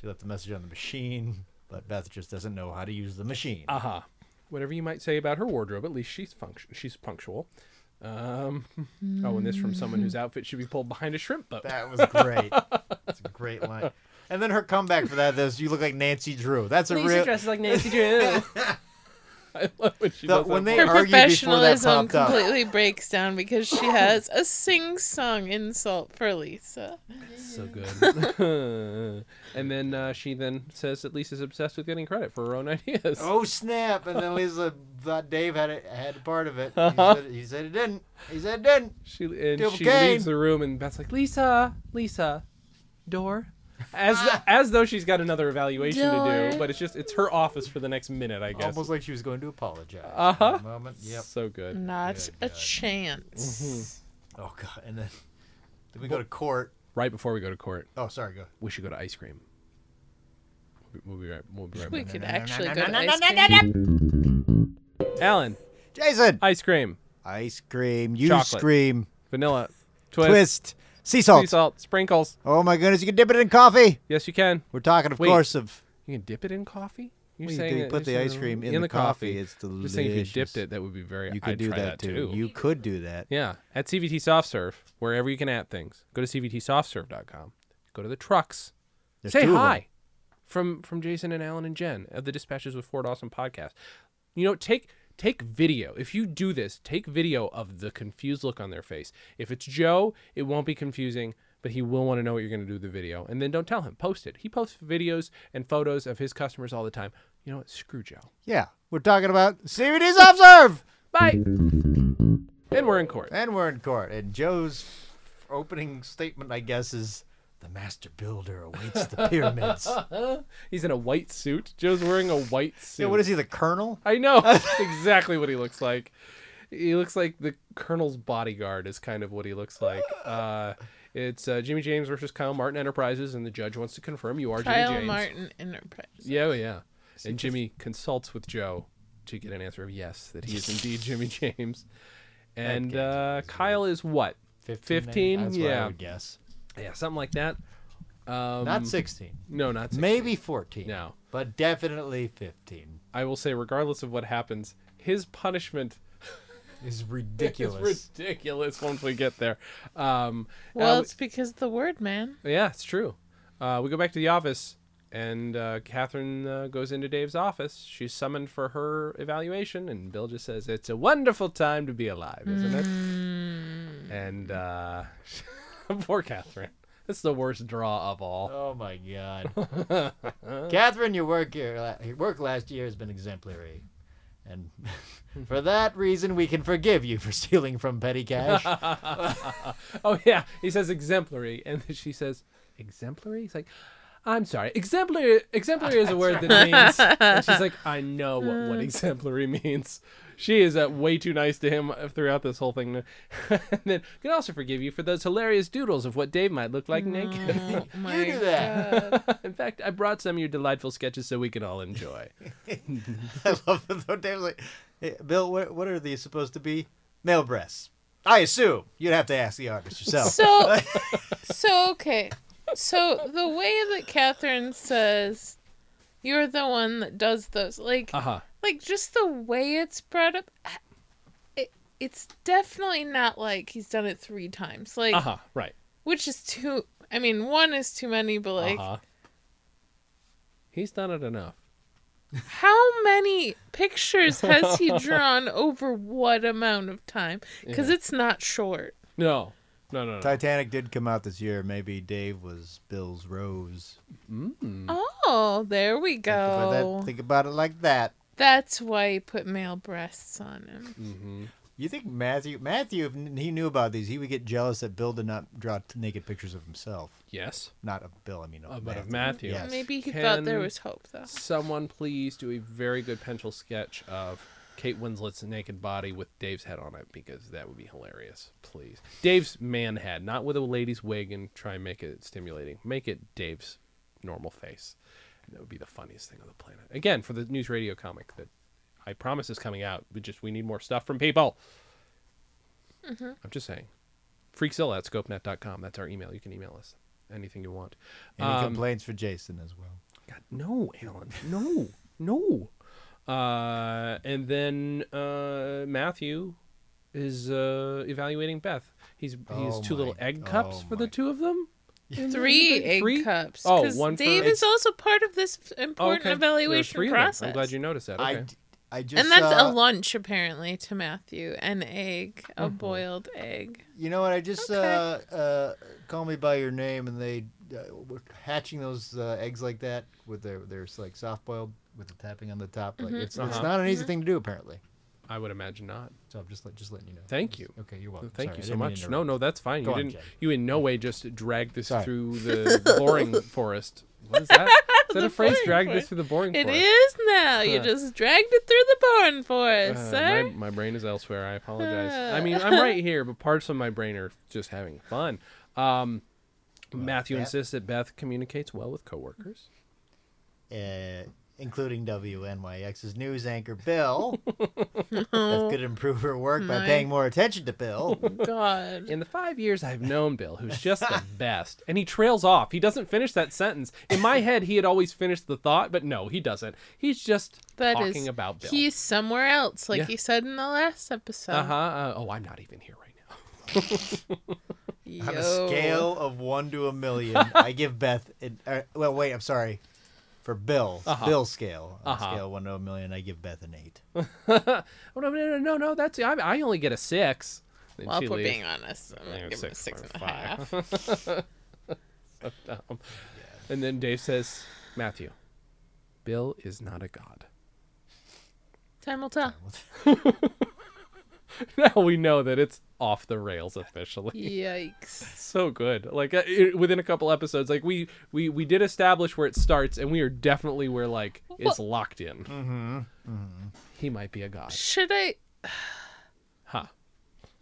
Speaker 2: She left a message on the machine, but Beth just doesn't know how to use the machine.
Speaker 1: aha. Whatever you might say about her wardrobe, at least she's function she's punctual. Um, oh, and this from someone whose outfit should be pulled behind a shrimp boat.
Speaker 2: That was great. That's a great line. And then her comeback for that is you look like Nancy Drew. That's a real.
Speaker 1: like Nancy Drew. I love when she
Speaker 2: The-
Speaker 1: does
Speaker 2: when
Speaker 1: that
Speaker 2: they
Speaker 1: voice.
Speaker 3: Her
Speaker 2: argued before that
Speaker 3: professionalism
Speaker 2: popped up.
Speaker 3: completely breaks down because she has a sing-song insult for Lisa.
Speaker 1: so good. and then uh, she then says that Lisa's obsessed with getting credit for her own ideas.
Speaker 2: Oh snap! And then Lisa thought Dave had it, had part of it. He said, he said it didn't. He said it didn't.
Speaker 1: She and
Speaker 2: Double
Speaker 1: she
Speaker 2: game.
Speaker 1: leaves the room, and Beth's like, "Lisa, Lisa, door." As
Speaker 2: Ah.
Speaker 1: as though she's got another evaluation to do,
Speaker 3: Door.
Speaker 1: but it's just it's her office for the next minute, I guess.
Speaker 2: Almost like she was going to apologize.
Speaker 1: Uh-huh.
Speaker 2: at the Moment. Yep.
Speaker 1: So good.
Speaker 3: Not
Speaker 2: Good
Speaker 3: a
Speaker 2: God.
Speaker 3: chance.
Speaker 1: Mm-hmm.
Speaker 2: Oh god. And then, then we go to court.
Speaker 1: Right before we go to court,
Speaker 2: Oh, sorry. Go.
Speaker 1: we should go to ice cream. We'll be- We'll be right. We'll be right
Speaker 3: We
Speaker 1: back.
Speaker 3: could actually go to ice cream.
Speaker 1: Alan,
Speaker 2: Jason.
Speaker 1: ice cream,
Speaker 2: Ice cream. You
Speaker 1: Chocolate.
Speaker 2: scream.
Speaker 1: vanilla, twist,
Speaker 2: Twist. Sea salt.
Speaker 1: sea salt, sprinkles.
Speaker 2: Oh my goodness! You can dip it in coffee.
Speaker 1: Yes, you can.
Speaker 2: We're talking, of
Speaker 1: Wait.
Speaker 2: course, of.
Speaker 1: You can dip it in coffee. You're
Speaker 2: Well, you
Speaker 1: saying
Speaker 2: could
Speaker 1: that-
Speaker 2: put
Speaker 1: you're
Speaker 2: the ice
Speaker 1: saying-
Speaker 2: cream in the coffee, it's
Speaker 1: Just saying if you
Speaker 2: delicious.
Speaker 1: dipped it, that would be very.
Speaker 2: You could
Speaker 1: I'd
Speaker 2: do
Speaker 1: try
Speaker 2: that, too. You could do that.
Speaker 1: Yeah, at CVT Soft Serve, wherever you can at things. Go to cvtsoftserve.com. Go to the trucks.
Speaker 2: There's
Speaker 1: Say
Speaker 2: two of 'em.
Speaker 1: hi from from Jason and Alan and Jen of the Dispatches with Ford Awesome podcast. You know, take take video. If you do this, take video of the confused look on their face. If it's Joe, it won't be confusing, but he will want to know what you're going to do with the video. And then don't tell him. Post it. He posts videos and photos of his customers all the time. You know what? Screw Joe.
Speaker 2: Yeah, we're talking about CBD's Observe.
Speaker 1: Bye. and we're in court.
Speaker 2: And we're in court. And Joe's opening statement, I guess, is the master builder awaits the pyramids.
Speaker 1: He's in a white suit. Joe's wearing a white suit.
Speaker 2: yeah, what is he, the colonel?
Speaker 1: I know That's exactly what he looks like. He looks like the Colonel's bodyguard is kind of what he looks like. Uh, it's uh, Jimmy James versus Kyle Martin Enterprises, and the judge wants to confirm you are Jimmy
Speaker 3: Kyle
Speaker 1: James.
Speaker 3: Martin Enterprise.
Speaker 1: Yeah, oh, yeah. And Jimmy consults with Joe to get an answer of yes that he is indeed Jimmy James. And uh,
Speaker 2: guy's
Speaker 1: Kyle is what? Fifteen?
Speaker 2: That's what I
Speaker 1: yeah,
Speaker 2: would guess.
Speaker 1: yeah, something like that. Um,
Speaker 2: Not 16.
Speaker 1: no, not six.
Speaker 2: Maybe 14.
Speaker 1: No.
Speaker 2: But definitely 15.
Speaker 1: I will say, regardless of what happens, his punishment
Speaker 2: Is ridiculous.
Speaker 1: It's ridiculous once we get there. Um,
Speaker 3: Well,
Speaker 1: uh,
Speaker 3: it's because of the word, man.
Speaker 1: yeah, it's true. Uh, we go back to the office, and uh, Catherine uh, goes into Dave's office. She's summoned for her evaluation, and Bill just says, "It's a wonderful time to be alive, isn't
Speaker 3: Mm.
Speaker 1: it?" And uh, poor Catherine. It's the worst draw of all.
Speaker 2: Oh my God, Catherine, your work here, la- your work last year has been exemplary, and for that reason, we can forgive you for stealing from petty cash.
Speaker 1: Oh yeah, he says exemplary, and then she says exemplary. He's like, "I'm sorry, exemplary. Exemplary is a word that means." And she's like, "I know what, what exemplary means." She is uh, way too nice to him uh, throughout this whole thing. and then can also forgive you for those hilarious doodles of what Dave might look like naked.
Speaker 3: Oh my
Speaker 2: do that.
Speaker 3: God.
Speaker 1: In fact, I brought some of your delightful sketches so we can all enjoy.
Speaker 2: I love it though. Dave's like, "Hey, Bill, what, what are these supposed to be? Male breasts. I assume you'd have to ask the artist yourself.
Speaker 3: So, so okay. So the way that Catherine says, "You're the one that does those," like,
Speaker 1: Uh huh.
Speaker 3: like just the way it's brought up, it, it's definitely not like he's done it three times. Like,
Speaker 1: Uh huh. Right.
Speaker 3: which is too. I mean, one is too many, but like,
Speaker 1: Uh huh. He's done it enough.
Speaker 3: how many pictures has he drawn over what amount of time? Because
Speaker 1: Yeah.
Speaker 3: it's not short.
Speaker 1: No. No. No. no.
Speaker 2: Titanic did come out this year. Maybe Dave was Bill's rose.
Speaker 1: Mm.
Speaker 3: Oh, there we
Speaker 2: Think about that-
Speaker 3: go.
Speaker 2: think about it like that.
Speaker 3: That's why he put male breasts on him.
Speaker 1: Mm-hmm.
Speaker 2: You think Matthew? Matthew, if n- he knew about these, he would get jealous that Bill did not draw t- naked pictures of himself.
Speaker 1: Yes.
Speaker 2: Not of Bill. I mean, of
Speaker 1: Oh, but
Speaker 2: Matthew.
Speaker 1: of Matthew.
Speaker 2: Yes.
Speaker 3: Maybe he thought there
Speaker 1: Can-
Speaker 3: was hope, though.
Speaker 1: Someone please do a very good pencil sketch of Kate Winslet's naked body with Dave's head on it because that would be hilarious. Please. Dave's man head, not with a lady's wig and try and make it stimulating. Make it Dave's normal face. That would be the funniest thing on the planet. Again, for the news radio comic that I promise is coming out, but just we need more stuff from people. I'm just saying. Freakzilla at scopenet.com. That's our email. You can email us anything you want.
Speaker 2: Any
Speaker 1: Um,
Speaker 2: complaints for Jason as well.
Speaker 1: God, no, Alan, no, no. Uh, and then uh, Matthew is uh, evaluating Beth. He's he has
Speaker 2: Oh
Speaker 1: two little
Speaker 2: my-
Speaker 1: egg cups
Speaker 2: oh
Speaker 1: for the
Speaker 2: my-
Speaker 1: two of them. In the
Speaker 3: Three
Speaker 1: thing?
Speaker 3: egg
Speaker 1: Three?
Speaker 3: cups.
Speaker 1: Oh,
Speaker 3: 'cause
Speaker 1: one for-
Speaker 3: Dave
Speaker 1: It's-
Speaker 3: is also part of this f-
Speaker 1: Oh,
Speaker 3: important
Speaker 1: okay. There are
Speaker 3: evaluation
Speaker 1: three of them.
Speaker 3: process.
Speaker 1: I'm glad you noticed that.
Speaker 2: I,
Speaker 1: Okay.
Speaker 2: d- I just
Speaker 3: And that's
Speaker 2: saw,
Speaker 3: a lunch apparently to Matthew. An egg, a
Speaker 1: Mm-hmm.
Speaker 3: boiled egg.
Speaker 2: You know what? I just
Speaker 3: Okay.
Speaker 2: uh, uh, call me by your name, and they uh, were hatching those uh, eggs like that with their their like soft boiled with the tapping on the top. Like it's, it's
Speaker 1: Uh-huh.
Speaker 2: not an easy thing to do apparently.
Speaker 1: I, would imagine not.
Speaker 2: So I'm just let, just letting you know.
Speaker 1: Thank you.
Speaker 2: Okay, you're welcome.
Speaker 1: Thank
Speaker 2: Sorry, I
Speaker 1: you so
Speaker 2: didn't mean to
Speaker 1: much. No,
Speaker 2: interrupt.
Speaker 1: no, that's fine.
Speaker 2: Go
Speaker 1: you
Speaker 2: on,
Speaker 1: didn't.
Speaker 2: Jen.
Speaker 1: You in no way just dragged this
Speaker 2: Sorry.
Speaker 1: through the boring forest. What is that? Is that
Speaker 3: The
Speaker 1: a phrase?
Speaker 3: boring
Speaker 1: Dragged this
Speaker 3: forest.
Speaker 1: through the boring
Speaker 3: It
Speaker 1: forest.
Speaker 3: is now. You
Speaker 1: Huh.
Speaker 3: just dragged it through the barn for us, eh?
Speaker 1: Uh,
Speaker 3: sir. Uh.
Speaker 1: my, my brain is elsewhere. I apologize. I mean, I'm right here, but parts of my brain are just having fun. Um, Matthew
Speaker 2: Beth-
Speaker 1: insists that Beth communicates well with coworkers.
Speaker 2: Uh, including WNYX's news anchor Bill. that could improve her work by paying more attention to Bill.
Speaker 3: God.
Speaker 1: In the five years I've known Bill, who's just the best, and he trails off. He doesn't finish that sentence. In my head, he had always finished the thought, but no, he doesn't. He's just
Speaker 3: That is.
Speaker 1: talking about Bill.
Speaker 3: He's somewhere else, like
Speaker 1: Yeah.
Speaker 3: you said in the last episode.
Speaker 1: Uh-huh,
Speaker 3: um,
Speaker 1: uh Oh, I'm not even here right now.
Speaker 2: On a
Speaker 3: Yo.
Speaker 2: scale of one to a million, I give Beth. An, uh, well, wait, I'm sorry. For Bill,
Speaker 1: Uh-huh.
Speaker 2: Bill scale, on a
Speaker 1: Uh-huh.
Speaker 2: scale of one to a million, I give Beth an eight.
Speaker 1: Oh, no, no, no, no, no. That's I, I only get a six. Then
Speaker 3: Well,
Speaker 1: she
Speaker 3: if we're
Speaker 1: leaves.
Speaker 3: being honest, I'm
Speaker 1: Yeah,
Speaker 3: gonna give him a
Speaker 1: six
Speaker 3: six
Speaker 1: point
Speaker 3: and a half.
Speaker 1: Um, And then Dave says, Matthew, Bill is not a god.
Speaker 3: Time will tell.
Speaker 1: Now we know that it's off the rails officially.
Speaker 3: Yikes.
Speaker 1: So good. Like uh, it, within a couple episodes, like we we we did establish where it starts, and we are definitely where like it's locked in. Mm-hmm.
Speaker 2: mm-hmm.
Speaker 1: He might be a god.
Speaker 3: Should I?
Speaker 1: Huh.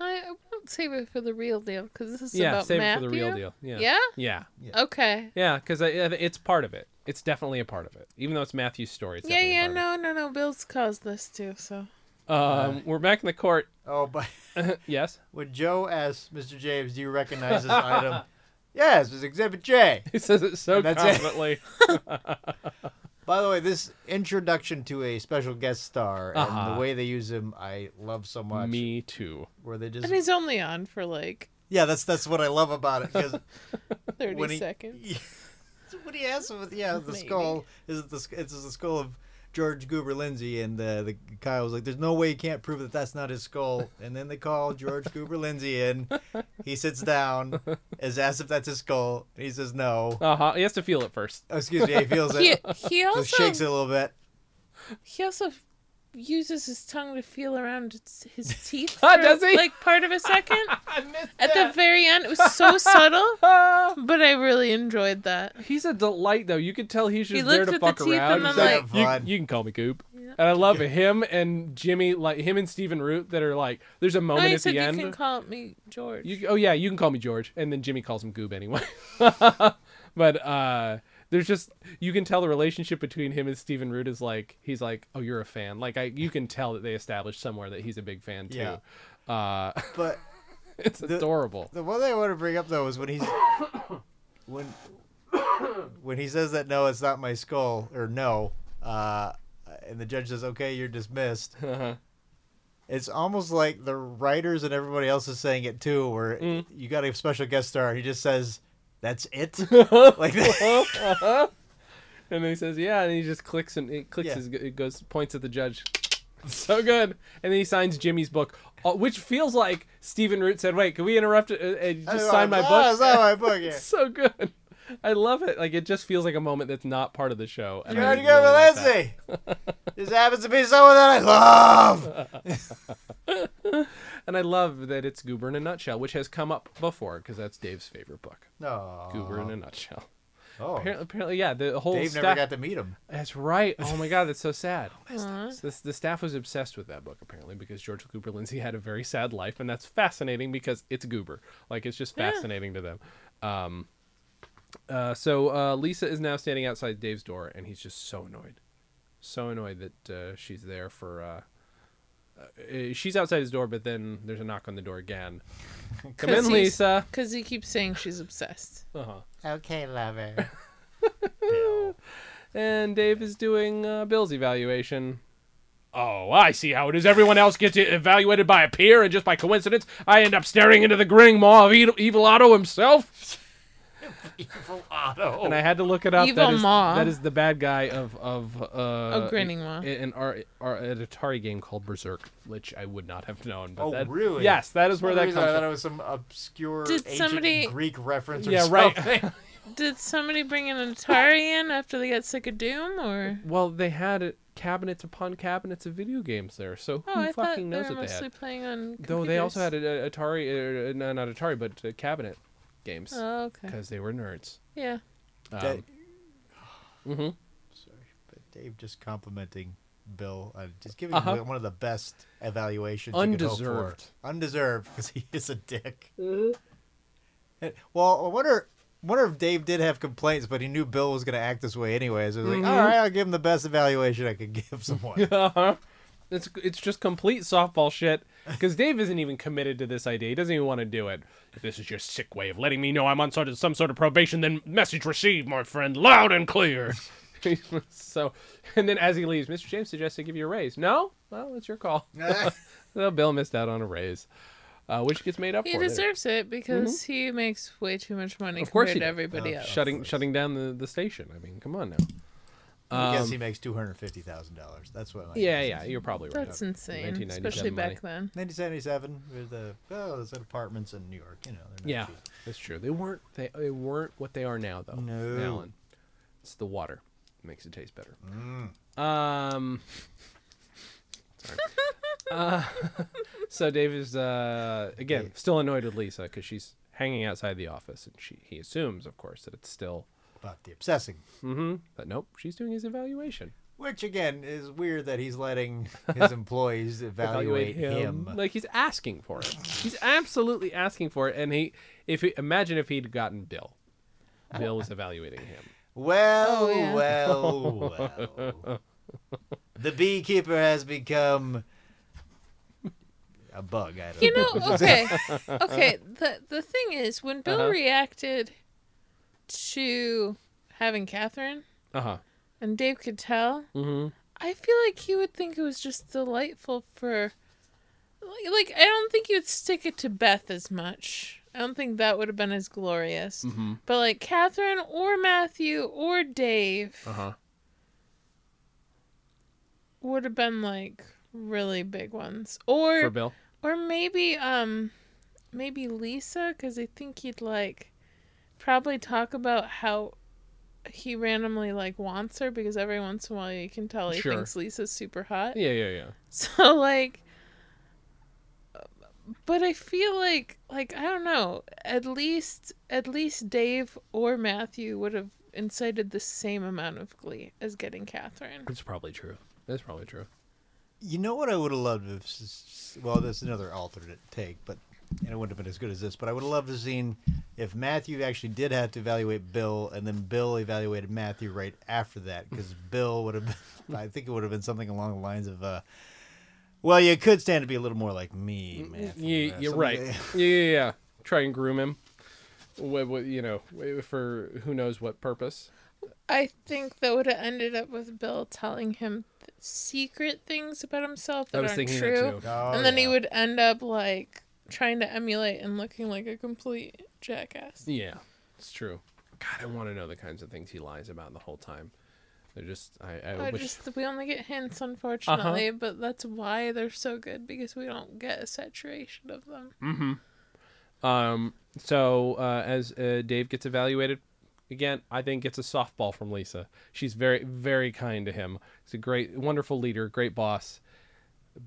Speaker 3: I I won't save it for the real deal because this is
Speaker 1: Yeah.
Speaker 3: about
Speaker 1: Save it
Speaker 3: Matthew.
Speaker 1: for the real deal. Yeah.
Speaker 3: Yeah?
Speaker 1: Yeah.
Speaker 3: Okay.
Speaker 1: Yeah. Because it's part of it. It's definitely a part of it. Even though it's Matthew's story. It's
Speaker 3: Yeah,
Speaker 1: definitely a
Speaker 3: yeah,
Speaker 1: part of it.
Speaker 3: no, no, no. Bill's caused this too, so.
Speaker 1: Um, we're back in the court.
Speaker 2: Oh, but
Speaker 1: yes.
Speaker 2: when Joe asks Mr. James, "Do you recognize this item?" Yes, it's Exhibit J.
Speaker 1: He says it so
Speaker 2: And that's it.
Speaker 1: confidently.
Speaker 2: By the way, this introduction to a special guest star and
Speaker 1: Uh-huh.
Speaker 2: the way they use him, I love so much.
Speaker 1: Me too.
Speaker 2: Where they just
Speaker 3: And he's only on for like
Speaker 2: yeah, that's that's what I love about it because
Speaker 3: 30
Speaker 2: When he-
Speaker 3: seconds.
Speaker 2: So what he asks with yeah the
Speaker 3: Maybe.
Speaker 2: skull is it the sk- it's the skull of George Goober Lindsay and uh, the Kyle was like there's no way you can't prove that that's not his skull and then they call George Goober Lindsay in he sits down is asked if that's his skull he says no
Speaker 1: Uh huh. He has to feel it first.
Speaker 2: oh, excuse me he feels it
Speaker 3: He, he
Speaker 2: so shakes it
Speaker 3: also
Speaker 2: a little bit
Speaker 3: he also uses his tongue to feel around its- his teeth
Speaker 1: Ah,
Speaker 3: for,
Speaker 1: does he?
Speaker 3: like part of a second
Speaker 1: I missed
Speaker 3: at the very end. It was so subtle,
Speaker 1: Ah,
Speaker 3: but I really enjoyed that.
Speaker 1: he's a delight, though. You could tell he's just
Speaker 3: He
Speaker 1: there
Speaker 3: looked
Speaker 1: to
Speaker 3: at the
Speaker 1: fuck
Speaker 3: teeth and
Speaker 1: around.
Speaker 3: then,
Speaker 1: He's
Speaker 2: like-
Speaker 1: you, you can call me Goop. And I love him and Jimmy, like him and Stephen Root, that are like, there's a
Speaker 3: No,
Speaker 1: moment
Speaker 3: Oh, he
Speaker 1: Oh, at
Speaker 3: said
Speaker 1: the
Speaker 3: you
Speaker 1: end.
Speaker 3: can call me George.
Speaker 1: You- oh yeah, you can call me George, and then Jimmy calls him Goob anyway. but uh, there's just you can tell the relationship between him and Stephen Root is like he's like, oh, you're a fan. Like I, you can tell that they established somewhere that he's a big fan too.
Speaker 2: Yeah.
Speaker 1: Uh,
Speaker 2: but
Speaker 1: it's adorable.
Speaker 2: the one thing I want to bring up though is when he's when when he says that no it's not my skull or no uh, and the judge says okay you're dismissed
Speaker 1: Uh-huh.
Speaker 2: It's almost like the writers and everybody else is saying it too, where
Speaker 1: Mm.
Speaker 2: you got a special guest star and he just says, "That's it." like that.
Speaker 1: Uh-huh. and then he says, "Yeah," and he just clicks and it clicks.
Speaker 2: Yeah.
Speaker 1: His, it goes points at the judge. So good. And then he signs Jimmy's book, uh, which feels like Stephen Root said, "Wait, can we interrupt it uh, and just sign my
Speaker 2: Ah,
Speaker 1: book?"
Speaker 2: sign my book. Yeah.
Speaker 1: It's so good. I love it. Like it just feels like a moment that's not part of the show. And
Speaker 2: You
Speaker 1: I
Speaker 2: already
Speaker 1: really
Speaker 2: got
Speaker 1: like that.
Speaker 2: Valencia. this happens to be someone that I love.
Speaker 1: And I love that it's Goober in a Nutshell, which has come up before because that's Dave's favorite book,
Speaker 2: No.
Speaker 1: Goober in a Nutshell.
Speaker 2: Oh.
Speaker 1: Apparently, apparently yeah, the whole
Speaker 2: Uh-huh. Dave
Speaker 1: staff.
Speaker 2: never got to meet him.
Speaker 1: That's right. Oh my God, that's so sad.
Speaker 3: Aw.
Speaker 1: This, the staff was obsessed with that book apparently because George Cooper Lindsay had a very sad life, and that's fascinating because it's Goober. Like it's just
Speaker 3: Yeah.
Speaker 1: fascinating to them. Um, uh, so uh, Lisa is now standing outside Dave's door, and he's just so annoyed, so annoyed that uh, she's there for. Uh, uh, she's outside his door, but then there's a knock on the door again. Come in,
Speaker 3: he's-
Speaker 1: Lisa.
Speaker 3: Because he keeps saying she's obsessed.
Speaker 1: Uh-huh.
Speaker 2: Okay, lover.
Speaker 1: And Dave is doing uh, Bill's evaluation. Oh, I see how it is. Everyone else gets evaluated by a peer, and just by coincidence, I end up staring into the grinning maw of e- Evil Otto himself.
Speaker 2: Evil Otto.
Speaker 1: And I had to look it up.
Speaker 3: Evil
Speaker 1: that is,
Speaker 3: Maw.
Speaker 1: That is the bad guy of of uh,
Speaker 3: Oh, grinning maw.
Speaker 1: a- An R, R, an Atari game called Berserk, which I would not have known. But
Speaker 2: Oh,
Speaker 1: that-
Speaker 2: really?
Speaker 1: Yes, that is
Speaker 2: For
Speaker 1: where
Speaker 2: the
Speaker 1: that
Speaker 2: reason
Speaker 1: comes.
Speaker 2: I thought
Speaker 1: from.
Speaker 2: it was some obscure
Speaker 3: Did
Speaker 2: ancient
Speaker 3: somebody-
Speaker 2: Greek reference or
Speaker 1: Yeah, right.
Speaker 2: something.
Speaker 3: Did somebody bring an Atari in after they got sick of Doom, or?
Speaker 1: Well, they had it, cabinets upon cabinets of video games there, so who
Speaker 3: Oh, I thought they
Speaker 1: fucking knows
Speaker 3: were
Speaker 1: what they had?
Speaker 3: mostly playing on. Computers.
Speaker 1: Though they also had a, a Atari, uh, no, not Atari, but uh, cabinet games
Speaker 3: Oh, okay.
Speaker 1: because they were nerds.
Speaker 3: Yeah.
Speaker 1: Um,
Speaker 2: That-
Speaker 1: mhm.
Speaker 2: Sorry, but Dave just complimenting Bill. Uh, just giving
Speaker 1: Uh-huh.
Speaker 2: him one of the best evaluations. You could hope
Speaker 1: Undeserved.
Speaker 2: for. Undeserved, because he is a dick.
Speaker 3: Mm-hmm.
Speaker 2: And- well, I wonder. Wonder if Dave did have complaints, but he knew Bill was going to act this way anyway. So he
Speaker 1: Mm-hmm.
Speaker 2: was like, "All right, I'll give him the best evaluation I could give someone."
Speaker 1: Uh-huh. It's it's just complete softball shit because Dave isn't even committed to this idea. He doesn't even want to do it. If this is your sick way of letting me know I'm on sort of some sort of probation, then message received, my friend, loud and clear. so, and then as he leaves, Mr. James suggests I give you a raise. No, well, it's your call. So Bill missed out on a raise, uh, which gets made up
Speaker 3: He
Speaker 1: for. later.
Speaker 3: deserves it because he makes way too much
Speaker 1: Mm-hmm.
Speaker 3: money
Speaker 1: Of course he
Speaker 3: compared to
Speaker 1: does.
Speaker 3: everybody
Speaker 2: Oh,
Speaker 3: else.
Speaker 1: shutting shutting down the, the station. I mean, come on now.
Speaker 2: I guess he makes two hundred fifty thousand dollars. That's what. my
Speaker 1: Yeah,
Speaker 2: guess
Speaker 1: yeah,
Speaker 2: is.
Speaker 1: you're probably right.
Speaker 3: That's insane, especially
Speaker 1: 1997
Speaker 3: back then.
Speaker 2: Nineteen seventy-seven with the oh, those apartments in New York. You know, they're not
Speaker 1: Yeah,
Speaker 2: cheap.
Speaker 1: that's true. They weren't they, they weren't what they are now though.
Speaker 2: No.
Speaker 1: Alan. It's the water makes it taste better.
Speaker 2: Mm.
Speaker 1: Um. sorry. Uh, so Dave is uh, again still annoyed with Lisa because she's hanging outside the office, and she he assumes, of course, that it's still.
Speaker 2: about the obsessing.
Speaker 1: Mm-hmm. But nope, she's doing his evaluation.
Speaker 2: Which again is weird that he's letting his employees evaluate, him.
Speaker 1: Like he's asking for it. He's absolutely asking for it. And he, if he, imagine if he'd gotten Bill. Bill was evaluating him.
Speaker 2: Well,
Speaker 3: Oh, yeah.
Speaker 2: well, well. The beekeeper has become a bug. I don't
Speaker 3: You know, okay, okay. The the thing is, when Bill
Speaker 1: Uh-huh.
Speaker 3: reacted to having Catherine
Speaker 1: Uh huh.
Speaker 3: and Dave could tell,
Speaker 1: Mm-hmm.
Speaker 3: I feel like he would think it was just delightful for, like, like I don't think he would stick it to Beth as much. I don't think that would have been as glorious.
Speaker 1: Mhm.
Speaker 3: But like Catherine or Matthew or Dave
Speaker 1: Uh huh.
Speaker 3: would have been like really big ones, or
Speaker 1: For Bill.
Speaker 3: Or maybe um maybe Lisa cuz I think he'd like probably talk about how he randomly like wants her because every once in a while you can tell he
Speaker 1: Sure.
Speaker 3: thinks Lisa's super hot.
Speaker 1: Yeah, yeah, yeah.
Speaker 3: So like but I feel like like I don't know, at least at least Dave or Matthew would have incited the same amount of glee as getting Catherine.
Speaker 1: That's probably true. That's probably true.
Speaker 2: You know what I would have loved if, s- s- well, this is another alternate take, but and it wouldn't have been as good as this. But I would have loved to have seen if Matthew actually did have to evaluate Bill, and then Bill evaluated Matthew right after that, because Bill would have, been, I think it would have been something along the lines of, uh, well, you could stand to be a little more like me, Matthew.
Speaker 1: Yeah,
Speaker 2: or
Speaker 1: you're
Speaker 2: something.
Speaker 1: right. yeah, yeah, yeah. Try and groom him. what, what, you know, for who knows what purpose.
Speaker 3: I think that would have ended up with Bill telling him th- secret things about himself that
Speaker 1: I was
Speaker 3: aren't
Speaker 1: thinking
Speaker 3: true,
Speaker 1: that too.
Speaker 2: Oh,
Speaker 3: and then he
Speaker 2: yeah.
Speaker 3: would end up like trying to emulate and looking like a complete jackass.
Speaker 1: Yeah, it's true. God, I want to know the kinds of things he lies about the whole time. They're just I, I
Speaker 3: I
Speaker 1: wish Uh-huh.
Speaker 3: just we only get hints, unfortunately, but that's why they're so good because we don't get a saturation of them.
Speaker 1: Mm. Um, so uh, as uh, Dave gets evaluated again, I think it's a softball from Lisa. She's very, very kind to him. He's a great, wonderful leader, great boss,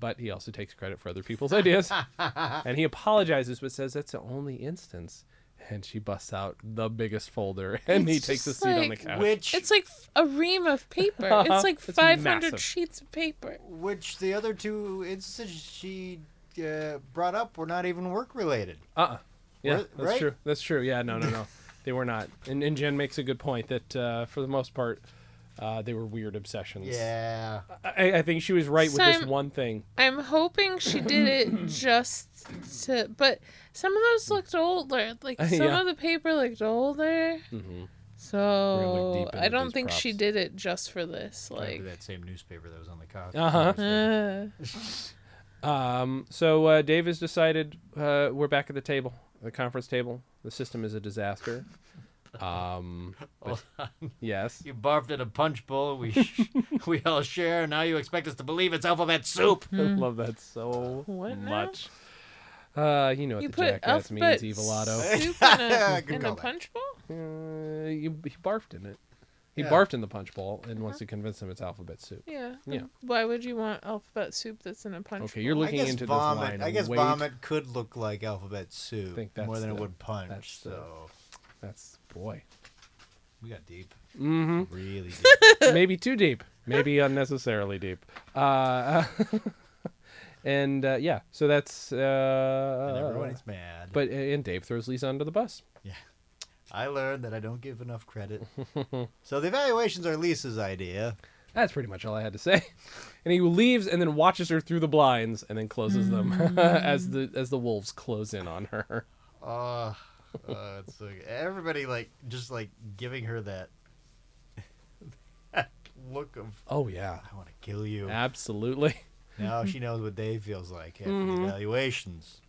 Speaker 1: but he also takes credit for other people's ideas. and he apologizes, but says that's the only instance. And she busts out the biggest folder, and he
Speaker 3: It's
Speaker 1: takes a
Speaker 3: just
Speaker 1: seat on the
Speaker 3: like-
Speaker 1: couch.
Speaker 2: Which
Speaker 3: It's like f- a ream of paper. It's like
Speaker 1: It's
Speaker 3: 500
Speaker 1: massive.
Speaker 3: sheets of paper.
Speaker 2: which the other two instances she uh, brought up were not even work related.
Speaker 1: Uh-uh. Yeah,
Speaker 2: Right-
Speaker 1: that's
Speaker 2: right?
Speaker 1: true. That's true. Yeah, no, no, no. they were not. And, and Jen makes a good point that uh, for the most part, uh, they were weird obsessions.
Speaker 2: Yeah.
Speaker 1: I, I think she was right with this
Speaker 3: Some-
Speaker 1: one thing.
Speaker 3: I'm hoping she did it just to. But some of those looked older. Like some
Speaker 1: Yeah.
Speaker 3: of the paper looked older.
Speaker 1: Mm-hmm. gonna look
Speaker 3: So
Speaker 1: deep
Speaker 3: I
Speaker 1: into
Speaker 3: don't
Speaker 1: these
Speaker 3: think she
Speaker 1: props.
Speaker 3: did it just for this.
Speaker 2: Might be
Speaker 3: Like,
Speaker 2: that same newspaper that was on the couch.
Speaker 1: Uh-huh.
Speaker 3: uh,
Speaker 1: Um, so uh, Dave has decided uh, we're back at the table, the conference table. The system is a disaster. Um,
Speaker 4: Hold on.
Speaker 1: yes.
Speaker 4: You barfed at a punch bowl. We sh- we all share. Now you expect us to believe it's alphabet soup.
Speaker 1: I love that so
Speaker 3: Hmm. What now?
Speaker 1: much. Uh, you know what
Speaker 3: you
Speaker 1: the
Speaker 3: put
Speaker 1: jackass means,
Speaker 3: alphabet
Speaker 1: evil auto.
Speaker 3: soup in a,
Speaker 2: Good
Speaker 3: in a
Speaker 2: callback.
Speaker 3: punch bowl.
Speaker 1: Uh, you, he barfed in it. He
Speaker 2: Yeah.
Speaker 1: barfed in the punch bowl and
Speaker 3: Uh-huh.
Speaker 1: wants to convince them it's alphabet soup.
Speaker 3: Yeah. um,
Speaker 1: Yeah.
Speaker 3: Why would you want alphabet soup that's in a punch
Speaker 1: Okay,
Speaker 3: bowl?
Speaker 1: you're looking
Speaker 2: I guess
Speaker 1: into
Speaker 2: vomit.
Speaker 1: this line.
Speaker 2: I guess
Speaker 1: way-
Speaker 2: vomit could look like alphabet soup
Speaker 1: think that's
Speaker 2: more than
Speaker 1: the-
Speaker 2: it would punch.
Speaker 1: that's the-
Speaker 2: so
Speaker 1: That's boy.
Speaker 2: we got deep,
Speaker 1: hmm
Speaker 2: really deep.
Speaker 1: maybe too deep, maybe unnecessarily deep. Uh, and uh, yeah, so that's.
Speaker 2: and
Speaker 1: Uh,
Speaker 2: everyone's mad.
Speaker 1: but and Dave throws Lisa under the bus.
Speaker 2: I learned that I don't give enough credit. so the evaluations are Lisa's idea.
Speaker 1: That's pretty much all I had to say. And he leaves and then watches her through the blinds and then closes them as the as the wolves close in on her.
Speaker 2: Uh,
Speaker 4: Ah,
Speaker 2: uh, it's like everybody like just like giving her that, that look of
Speaker 1: Oh yeah,
Speaker 2: I want to kill you.
Speaker 1: Ah, absolutely.
Speaker 2: Now
Speaker 1: Mm-hmm.
Speaker 2: she knows what Dave feels like after
Speaker 1: Mhm.
Speaker 2: the evaluations.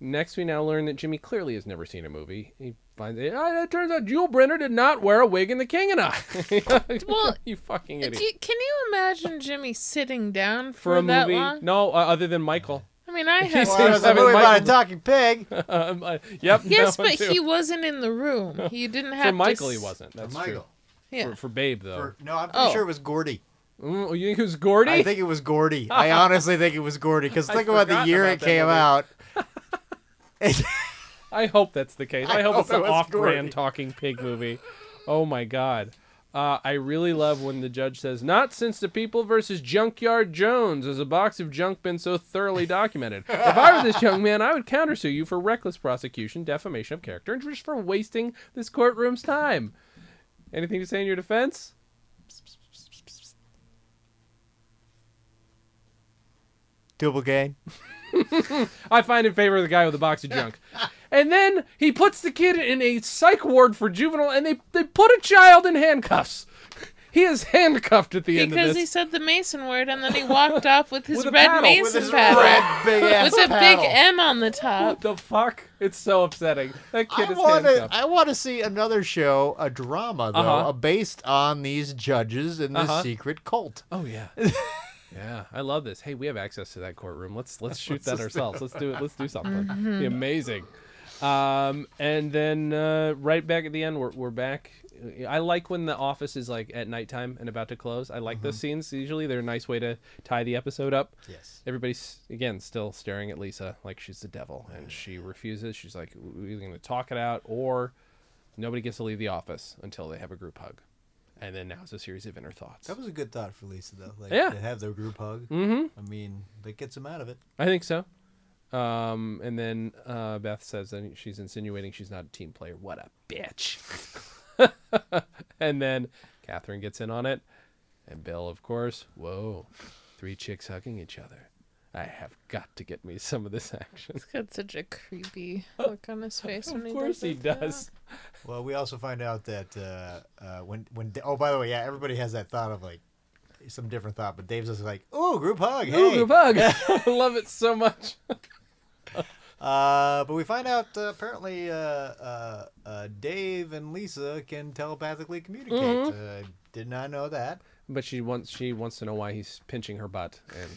Speaker 1: Next, we now learn that Jimmy clearly has never seen a movie. He finds it. "Ah, it turns out Jewel Brenner did not wear a wig in The King and I.
Speaker 3: Well,
Speaker 1: you fucking idiot.
Speaker 3: Do you- can you imagine Jimmy sitting down for,
Speaker 1: for a
Speaker 3: that
Speaker 1: movie?
Speaker 3: long?
Speaker 1: No, uh, other than Michael.
Speaker 3: I mean, I have.
Speaker 1: Well,
Speaker 2: Well, there's a
Speaker 1: Seven
Speaker 2: movie about a
Speaker 1: Michael-
Speaker 2: talking pig.
Speaker 1: Um, I- yep.
Speaker 3: Yes,
Speaker 1: that
Speaker 3: but
Speaker 1: one too.
Speaker 3: he wasn't in the room. He didn't have
Speaker 1: for
Speaker 3: to
Speaker 1: Michael he
Speaker 3: s-
Speaker 1: wasn't. That's
Speaker 2: Michael.
Speaker 3: Yeah.
Speaker 1: true. For, for Babe though.
Speaker 2: Or- no, I'm pretty
Speaker 3: Oh.
Speaker 2: sure it was Gordy.
Speaker 1: Mm, oh, you think it was Gordy?
Speaker 2: I think it was Gordy. I honestly think it was Gordy because
Speaker 1: I'd
Speaker 2: think about the
Speaker 1: forgotten
Speaker 2: year
Speaker 1: about
Speaker 2: it
Speaker 1: that
Speaker 2: came
Speaker 1: movie.
Speaker 2: out.
Speaker 1: I hope that's the case. I,
Speaker 2: I
Speaker 1: hope
Speaker 2: hope
Speaker 1: it's an
Speaker 2: it was
Speaker 1: off-brand
Speaker 2: Gordy.
Speaker 1: talking pig movie. Oh my god. Uh, I really love when the judge says, "Not since the People versus Junkyard Jones has a box of junk been so thoroughly documented. if I were this young man, I would countersue you for reckless prosecution, defamation of character, and just for wasting this courtroom's time." Anything to say in your defense?
Speaker 2: Duplicate.
Speaker 1: I find in favor of the guy with the box of junk. And then he puts the kid in a psych ward for juvenile, and they, they put a child in handcuffs. He is handcuffed at the end of
Speaker 3: Because
Speaker 1: this.
Speaker 3: he said the Mason word and then he walked off with his
Speaker 1: With a
Speaker 3: red
Speaker 1: paddle, with
Speaker 3: Mason
Speaker 1: his
Speaker 3: paddle.
Speaker 2: red big ass
Speaker 3: with a big
Speaker 2: paddle.
Speaker 3: M on the top.
Speaker 1: the fuck? It's so upsetting. That kid
Speaker 2: I
Speaker 1: is
Speaker 2: want to.
Speaker 1: handcuffed.
Speaker 2: I want to see another show, a drama though,
Speaker 1: Uh-huh.
Speaker 2: uh, based on these judges and this
Speaker 1: Uh-huh.
Speaker 2: secret cult.
Speaker 1: Oh yeah. yeah, I love this. Hey, we have access to that courtroom. Let's let's shoot that ourselves. Let's do it. Let's do something. Be amazing. Um, and then uh, right back at the end, we're we're back. I like when the office is like at nighttime and about to close. I like those scenes. Usually, they're a nice way to tie the episode up.
Speaker 2: Yes.
Speaker 1: Everybody's again still staring at Lisa like she's the devil, and she refuses. She's like, we're either going to talk it out, or nobody gets to leave the office until they have a group hug. And then now it's a series of inner thoughts.
Speaker 2: That was a good thought for Lisa though. Like
Speaker 1: Yeah.
Speaker 2: to have their group hug.
Speaker 1: Mm-hmm.
Speaker 2: I mean, that gets them out of it.
Speaker 1: I think so. Um, and then uh, Beth says that she's insinuating she's not a team player. What a bitch. and then Catherine gets in on it. And Bill, of course, whoa, three chicks hugging each other. I have got to get me some of this action.
Speaker 3: He's got such a creepy look on his face when
Speaker 1: Of
Speaker 3: he
Speaker 1: course
Speaker 3: does
Speaker 1: he
Speaker 3: it, yeah.
Speaker 1: does.
Speaker 2: Well, we also find out that uh, uh, when when Da- oh by the way, yeah, everybody has that thought of like some different thought, but Dave's just like, "Oh, group hug, hey!"
Speaker 1: Ooh, bug! I love it so much.
Speaker 2: Uh, but we find out uh, apparently uh, uh, uh, Dave and Lisa can telepathically communicate.
Speaker 1: Mm-hmm.
Speaker 2: Uh, did not know that.
Speaker 1: But she wants she wants to know why he's pinching her butt, and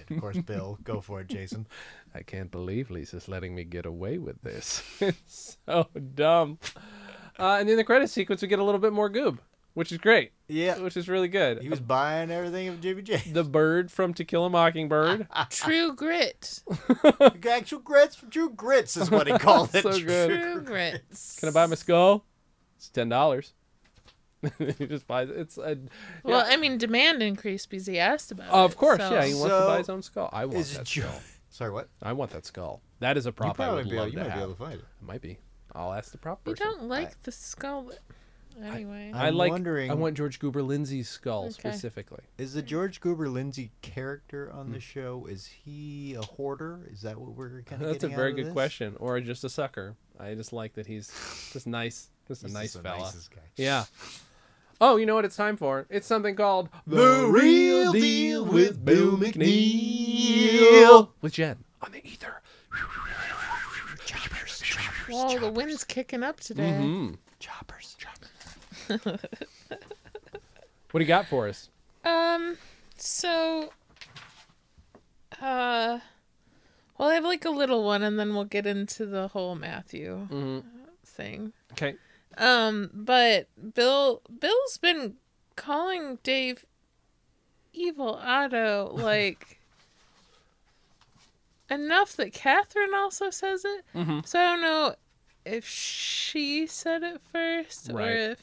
Speaker 2: And of course, Bill, go for it, Jason.
Speaker 1: I can't believe Lisa's letting me get away with this. It's so dumb. Uh, and in the credit sequence, we get a little bit more goob, which is great,
Speaker 2: Yeah,
Speaker 1: which is really good.
Speaker 2: he was buying everything of Jimmy J.
Speaker 1: the bird from To Kill a Mockingbird.
Speaker 3: True grit.
Speaker 2: Actual grits, true grits is what he called it.
Speaker 1: So good.
Speaker 3: True grits.
Speaker 1: Can I buy my skull? It's ten dollars. he just buys it. It's a,
Speaker 3: Well, I mean, demand increased because he asked about it.
Speaker 1: of course,
Speaker 3: so-
Speaker 1: yeah. He wants to
Speaker 2: So,
Speaker 1: buy his own skull. I want
Speaker 2: Is
Speaker 1: that
Speaker 2: it
Speaker 1: skull.
Speaker 2: Sorry, what?
Speaker 1: I want that skull. That is a
Speaker 2: You
Speaker 1: prop I
Speaker 2: probably
Speaker 1: would
Speaker 2: be able,
Speaker 1: love
Speaker 2: you
Speaker 1: to
Speaker 2: might be
Speaker 1: have.
Speaker 2: able to find it.
Speaker 1: It might be. I'll ask the prop
Speaker 3: You
Speaker 1: person.
Speaker 3: don't like the skull. Anyway.
Speaker 1: I
Speaker 2: I'm
Speaker 1: like.
Speaker 2: wondering-
Speaker 1: I want George Goober Lindsay's skull
Speaker 3: Okay.
Speaker 1: specifically.
Speaker 2: Is the George Goober Lindsay character on
Speaker 1: Hmm.
Speaker 2: the show? Is he a hoarder? Is that what we're kind of?
Speaker 1: That's a very good question, or just a sucker. I just like that he's just nice. Just a nice fella. Yeah. Oh, you know what it's time for? It's something called
Speaker 2: The Real Deal with Bill McNeil.
Speaker 1: with Jen on the ether.
Speaker 3: Whoa, the wind's kicking up today.
Speaker 2: Eh.
Speaker 1: Mm-hmm.
Speaker 2: Choppers. Choppers.
Speaker 1: What do you got for us?
Speaker 3: Um, so, uh, well, I have like a little one, and then we'll get into the whole Matthew
Speaker 1: Mm-hmm.
Speaker 3: uh, thing.
Speaker 1: Okay.
Speaker 3: Um, but Bill, Bill's been calling Dave evil Otto like enough that Catherine also says it.
Speaker 1: Mhm.
Speaker 3: So I don't know if she said it first
Speaker 1: Right.
Speaker 3: or if.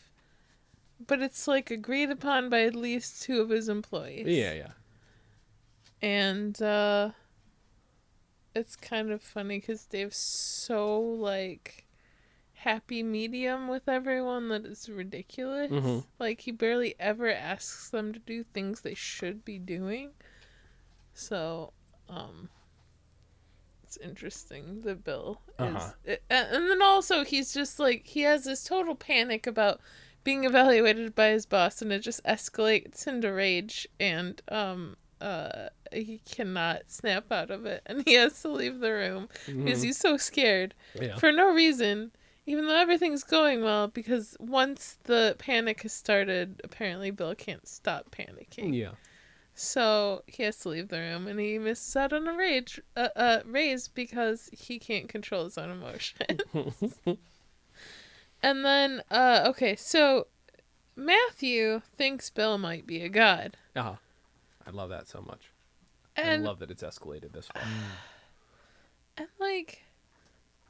Speaker 3: But it's like agreed upon by at least two of his employees.
Speaker 1: Yeah, yeah.
Speaker 3: And uh it's kind of funny cuz Dave's so like happy medium with everyone that it's ridiculous.
Speaker 1: Mhm.
Speaker 3: Like he barely ever asks them to do things they should be doing. So, um it's interesting the bill is
Speaker 1: Uh-huh.
Speaker 3: a- and then also he's just like he has this total panic about being evaluated by his boss and it just escalates into rage and um uh he cannot snap out of it and he has to leave the room because he's so scared
Speaker 1: Mm-hmm. Yeah.
Speaker 3: for no reason even though everything's going well because once the panic has started apparently bill can't stop panicking
Speaker 1: Yeah.
Speaker 3: so he has to leave the room, and he misses out on a rage, uh, uh, raise because he can't control his own emotions. and then, uh, okay, so Matthew thinks Bill might be a god,
Speaker 1: Uh-huh. I love that so much.
Speaker 3: and Mm.
Speaker 1: I love that it's escalated this far.
Speaker 3: and like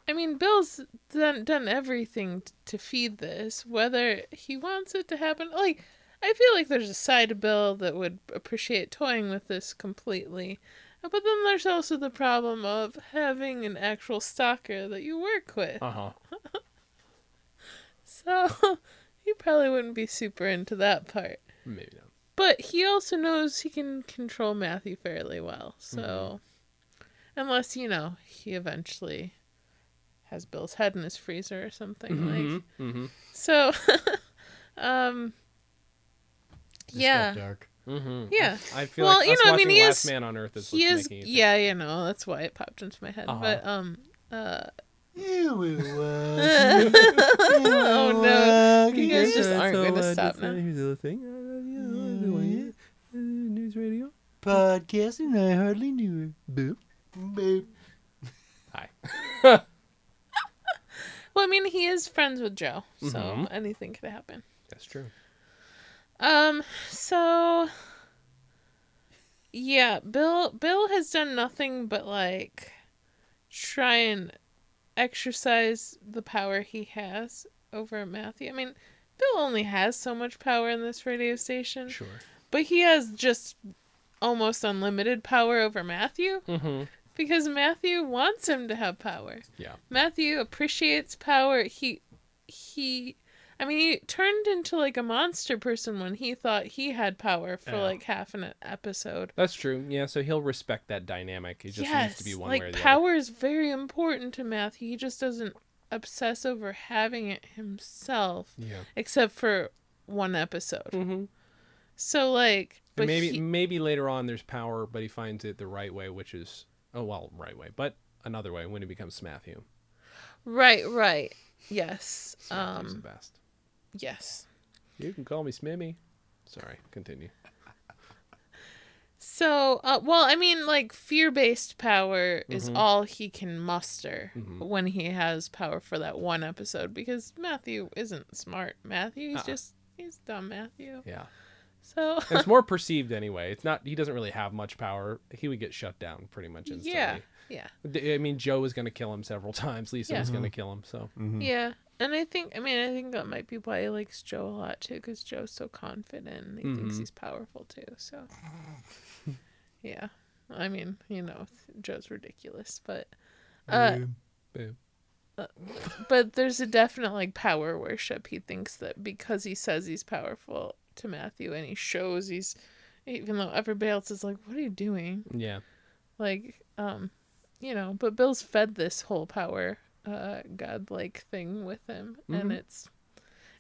Speaker 3: i mean bill's done done everything t- to feed this whether he wants it to happen like i feel like there's a side of bill that would appreciate toying with this completely Uh, but then there's also the problem of having an actual stalker that you work with
Speaker 1: Uh-huh.
Speaker 3: so he probably wouldn't be super into that part
Speaker 1: Maybe not.
Speaker 3: but he also knows he can control Matthew fairly well. So, unless you know he eventually has Bill's head in his freezer or something like.
Speaker 1: Mm-hmm.
Speaker 3: So, um, yeah,
Speaker 2: Dark.
Speaker 1: Mm-hmm.
Speaker 3: yeah.
Speaker 1: I feel
Speaker 3: Well,
Speaker 1: like
Speaker 3: you
Speaker 1: us
Speaker 3: know, I
Speaker 1: watching
Speaker 3: mean, he
Speaker 1: Last
Speaker 3: is-
Speaker 1: Man on Earth is
Speaker 3: He
Speaker 1: what's
Speaker 3: is,
Speaker 1: making it.
Speaker 3: yeah, you know, that's why it popped into my head.
Speaker 1: Uh-huh.
Speaker 3: But um, uh,
Speaker 2: Ew, ew, uh,
Speaker 3: oh no. You guys just
Speaker 1: Yeah,
Speaker 3: aren't
Speaker 1: so,
Speaker 3: gonna
Speaker 1: uh,
Speaker 3: stop
Speaker 1: just,
Speaker 3: now.
Speaker 1: uh, Here's the other thing. Uh, uh, yeah, uh, News radio.
Speaker 2: Podcasting, I hardly knew her. Boop. Boop.
Speaker 1: Hi.
Speaker 3: Well, I mean, he is friends with Joe, so
Speaker 1: Mhm.
Speaker 3: anything could happen.
Speaker 1: That's true.
Speaker 3: Um, so yeah, Bill Bill has done nothing but like try and exercise the power he has over Matthew. I mean, Bill only has so much power in this radio station,
Speaker 1: Sure.
Speaker 3: but he has just almost unlimited power over Matthew
Speaker 1: Mm-hmm.
Speaker 3: because Matthew wants him to have power.
Speaker 1: Yeah.
Speaker 3: Matthew appreciates power. He he I mean, he turned into like a monster person when he thought he had power for
Speaker 1: Yeah.
Speaker 3: like half an episode.
Speaker 1: That's true. Yeah, so he'll respect that dynamic. It just
Speaker 3: yes,
Speaker 1: needs to be one
Speaker 3: like
Speaker 1: way or the other.
Speaker 3: power is very important to Matthew. He just doesn't obsess over having it himself,
Speaker 1: Yeah.
Speaker 3: except for one episode.
Speaker 1: Mm-hmm.
Speaker 3: So like, but
Speaker 1: And maybe
Speaker 3: he-
Speaker 1: maybe later on there's power, but he finds it the right way, which is oh well, right way, but another way when he becomes Matthew.
Speaker 3: right, right, yes,
Speaker 1: Matthew's
Speaker 3: um,
Speaker 1: the best.
Speaker 3: yes.
Speaker 1: You can call me Smimmy. Sorry, continue.
Speaker 3: So, uh, well, I mean, like fear based power is
Speaker 1: Mhm.
Speaker 3: all he can muster
Speaker 1: Mhm.
Speaker 3: when he has power for that one episode because Matthew isn't smart. Matthew, he's
Speaker 1: Uh-uh.
Speaker 3: just, he's dumb Matthew.
Speaker 1: Yeah,
Speaker 3: So,
Speaker 1: and it's more perceived anyway. It's not. He doesn't really have much power. He would get shut down pretty much instantly.
Speaker 3: yeah, yeah,
Speaker 1: D- I mean, Joe was going to kill him several times. Lisa
Speaker 3: Yeah.
Speaker 1: was going to kill him. So
Speaker 2: Hmm.
Speaker 3: yeah. And I think, I mean, I think that might be why he likes Joe a lot too because Joe's so confident and he thinks
Speaker 1: Mhm.
Speaker 3: he's powerful too. So, yeah. I mean, you know, Joe's ridiculous, but. Uh,
Speaker 1: boom.
Speaker 3: But there's a definite like power worship. He thinks that because he says he's powerful to Matthew and he shows he's even though everybody else is like, What are you doing?
Speaker 1: Yeah.
Speaker 3: Like, um, you know, but Bill's fed this whole power uh godlike thing with him and
Speaker 1: Mhm.
Speaker 3: it's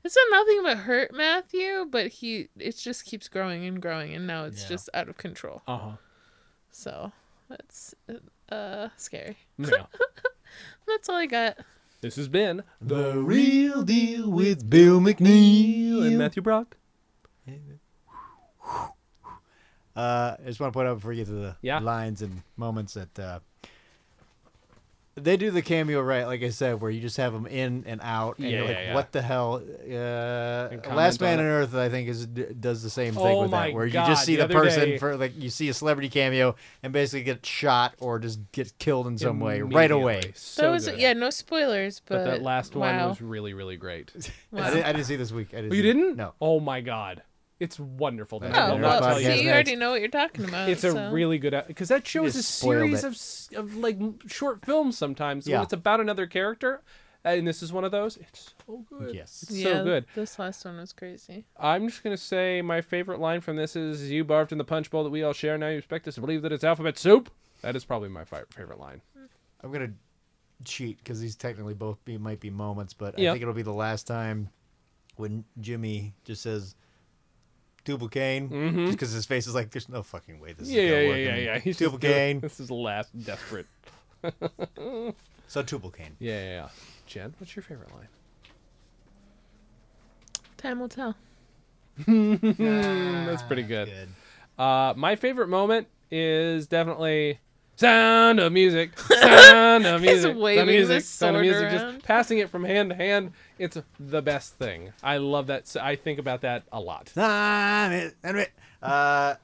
Speaker 3: it's done nothing but hurt Matthew, but he it just keeps growing and growing and now it's
Speaker 1: Yeah.
Speaker 3: just out of control.
Speaker 1: Uh huh.
Speaker 3: So that's uh scary.
Speaker 1: Yeah.
Speaker 3: That's all I got.
Speaker 1: this has been
Speaker 2: The real deal with Bill McNeil
Speaker 1: and Matthew Brock.
Speaker 2: Uh, I just want to point out before we get to the
Speaker 1: Yeah.
Speaker 2: lines and moments that uh, they do the cameo right, like I said, where you just have them in and out, and
Speaker 1: Yeah,
Speaker 2: you're like,
Speaker 1: yeah, yeah.
Speaker 2: "What the hell?" Uh,
Speaker 1: comment
Speaker 2: Last Man
Speaker 1: on
Speaker 2: on Earth, I think, is d- does the same thing
Speaker 1: Oh
Speaker 2: with
Speaker 1: my
Speaker 2: that, where
Speaker 1: God,
Speaker 2: you just see
Speaker 1: the
Speaker 2: the,
Speaker 1: other
Speaker 2: person
Speaker 1: day-
Speaker 2: for like you see a celebrity cameo and basically get shot or just get killed in some way right away.
Speaker 1: Immediately. So
Speaker 3: that was
Speaker 1: good.
Speaker 3: yeah, no spoilers, but,
Speaker 1: But, that last
Speaker 3: wow.
Speaker 1: one was really, really great.
Speaker 2: I, didn't, I didn't see this week. I didn't
Speaker 1: you
Speaker 2: see-
Speaker 1: didn't?
Speaker 2: No.
Speaker 1: Oh my god, it's wonderful. That
Speaker 2: Oh,
Speaker 1: I
Speaker 3: Oh,
Speaker 1: will
Speaker 2: well,
Speaker 1: not
Speaker 3: well,
Speaker 1: tell
Speaker 3: see,
Speaker 1: you.
Speaker 2: podcast
Speaker 3: you
Speaker 2: next.
Speaker 3: already know what you're talking about.
Speaker 1: It's a
Speaker 3: so.
Speaker 1: really good because that shows a
Speaker 2: just spoiled
Speaker 1: series
Speaker 2: it.
Speaker 1: of, s- of like m- short films sometimes
Speaker 2: Yeah.
Speaker 1: when it's about another character, and this is one of those. It's so good.
Speaker 2: Yes.
Speaker 1: It's so good.
Speaker 3: This last one was crazy.
Speaker 1: I'm just gonna say my favorite line from this is "You barfed in the punch bowl that we all share. Now you expect us to believe that it's alphabet soup." That is probably my fi- favorite line.
Speaker 2: I'm gonna cheat because these technically both be, might be moments, but
Speaker 1: Yeah.
Speaker 2: I think it'll be the last time when Jimmy just says Dubucane,
Speaker 1: Mhm.
Speaker 2: because his face is like, "There's no fucking way this
Speaker 1: Yeah,
Speaker 2: is
Speaker 1: yeah,
Speaker 2: gonna
Speaker 1: yeah,
Speaker 2: work."
Speaker 1: yeah,
Speaker 2: and
Speaker 1: yeah. He's just doing-
Speaker 2: Tubalcain.
Speaker 1: This is the last desperate.
Speaker 2: So Tubalcane.
Speaker 1: Yeah, yeah, yeah. Jen, what's your favorite line?
Speaker 3: Time will tell.
Speaker 1: Hmm, that's pretty good.
Speaker 2: Ah, Good.
Speaker 1: Uh, my favorite moment is definitely sound of music. Sound of
Speaker 3: He's
Speaker 1: music.
Speaker 3: waving
Speaker 1: the music.
Speaker 3: this
Speaker 1: sound of
Speaker 3: sword
Speaker 1: music.
Speaker 3: around.
Speaker 1: Just passing it from hand to hand. It's the best thing. I love that. So I think about that a lot.
Speaker 2: Nah, man, anyway, uh,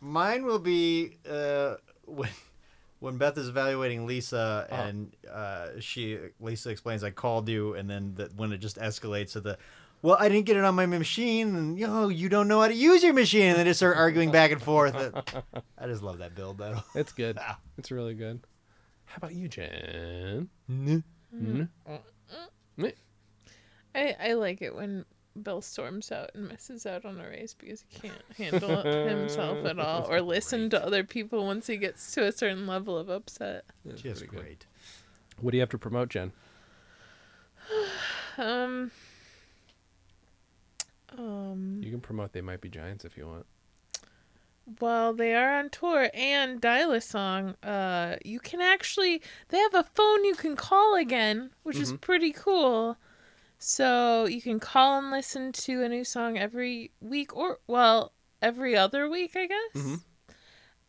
Speaker 2: mine will be uh, when when Beth is evaluating Lisa
Speaker 1: Uh-huh.
Speaker 2: and uh, she Lisa explains I called you and then that when it just escalates to the well I didn't get it on my machine and yo you don't know how to use your machine and they just start arguing back and forth. It- I just love that build though.
Speaker 1: It's good. It's really good. How about you, Jen?
Speaker 3: I, I like it when Bill storms out and misses out on a race because he can't handle it himself at all or listen to other people once he gets to a certain level of upset.
Speaker 1: That's
Speaker 2: Just
Speaker 1: pretty good.
Speaker 2: great.
Speaker 1: What do you have to promote, Jen?
Speaker 3: Um. Um.
Speaker 1: You can promote They Might Be Giants if you want.
Speaker 3: Well, they are on tour and dial a song. Uh, you can actually they have a phone you can call again, which is pretty cool. So you can call and listen to a new song every week, or well, every other week, I guess.
Speaker 1: Mhm.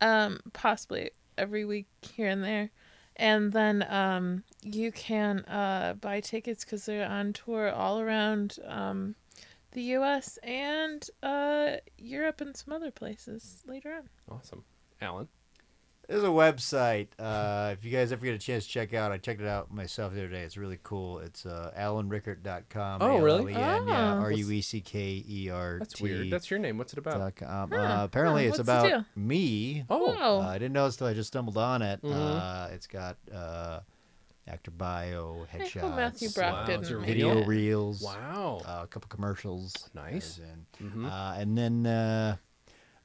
Speaker 3: Um, possibly every week here and there, and then um, you can uh buy tickets because they're on tour all around um the U.S. and uh, Europe and some other places later on.
Speaker 1: Awesome. Alan.
Speaker 2: There's a website. Uh, if you guys ever get a chance to check out, I checked it out myself the other day. It's really cool. It's uh, alanrickert.com.
Speaker 1: Oh, really?
Speaker 2: A-L-L-E-N, yeah,
Speaker 3: Oh.
Speaker 2: R U E C K E R T.
Speaker 1: That's weird. That's your name. What's it about?
Speaker 2: dot com.
Speaker 3: Huh.
Speaker 2: Uh, apparently,
Speaker 3: Huh,
Speaker 2: it's
Speaker 3: what's the deal?
Speaker 2: about me.
Speaker 1: oh.
Speaker 2: Uh, I didn't notice till I just stumbled on it.
Speaker 1: Mhm.
Speaker 2: Uh, it's got uh, actor bio,
Speaker 3: I hope Matthew
Speaker 2: headshots,
Speaker 3: Brock
Speaker 1: Wow, it's
Speaker 3: didn't
Speaker 1: a
Speaker 3: make
Speaker 1: video
Speaker 2: video
Speaker 3: it.
Speaker 2: reels,
Speaker 1: Wow.
Speaker 2: uh, a couple commercials. that
Speaker 1: Nice.
Speaker 2: was in.
Speaker 1: Mhm.
Speaker 2: Uh, and then uh,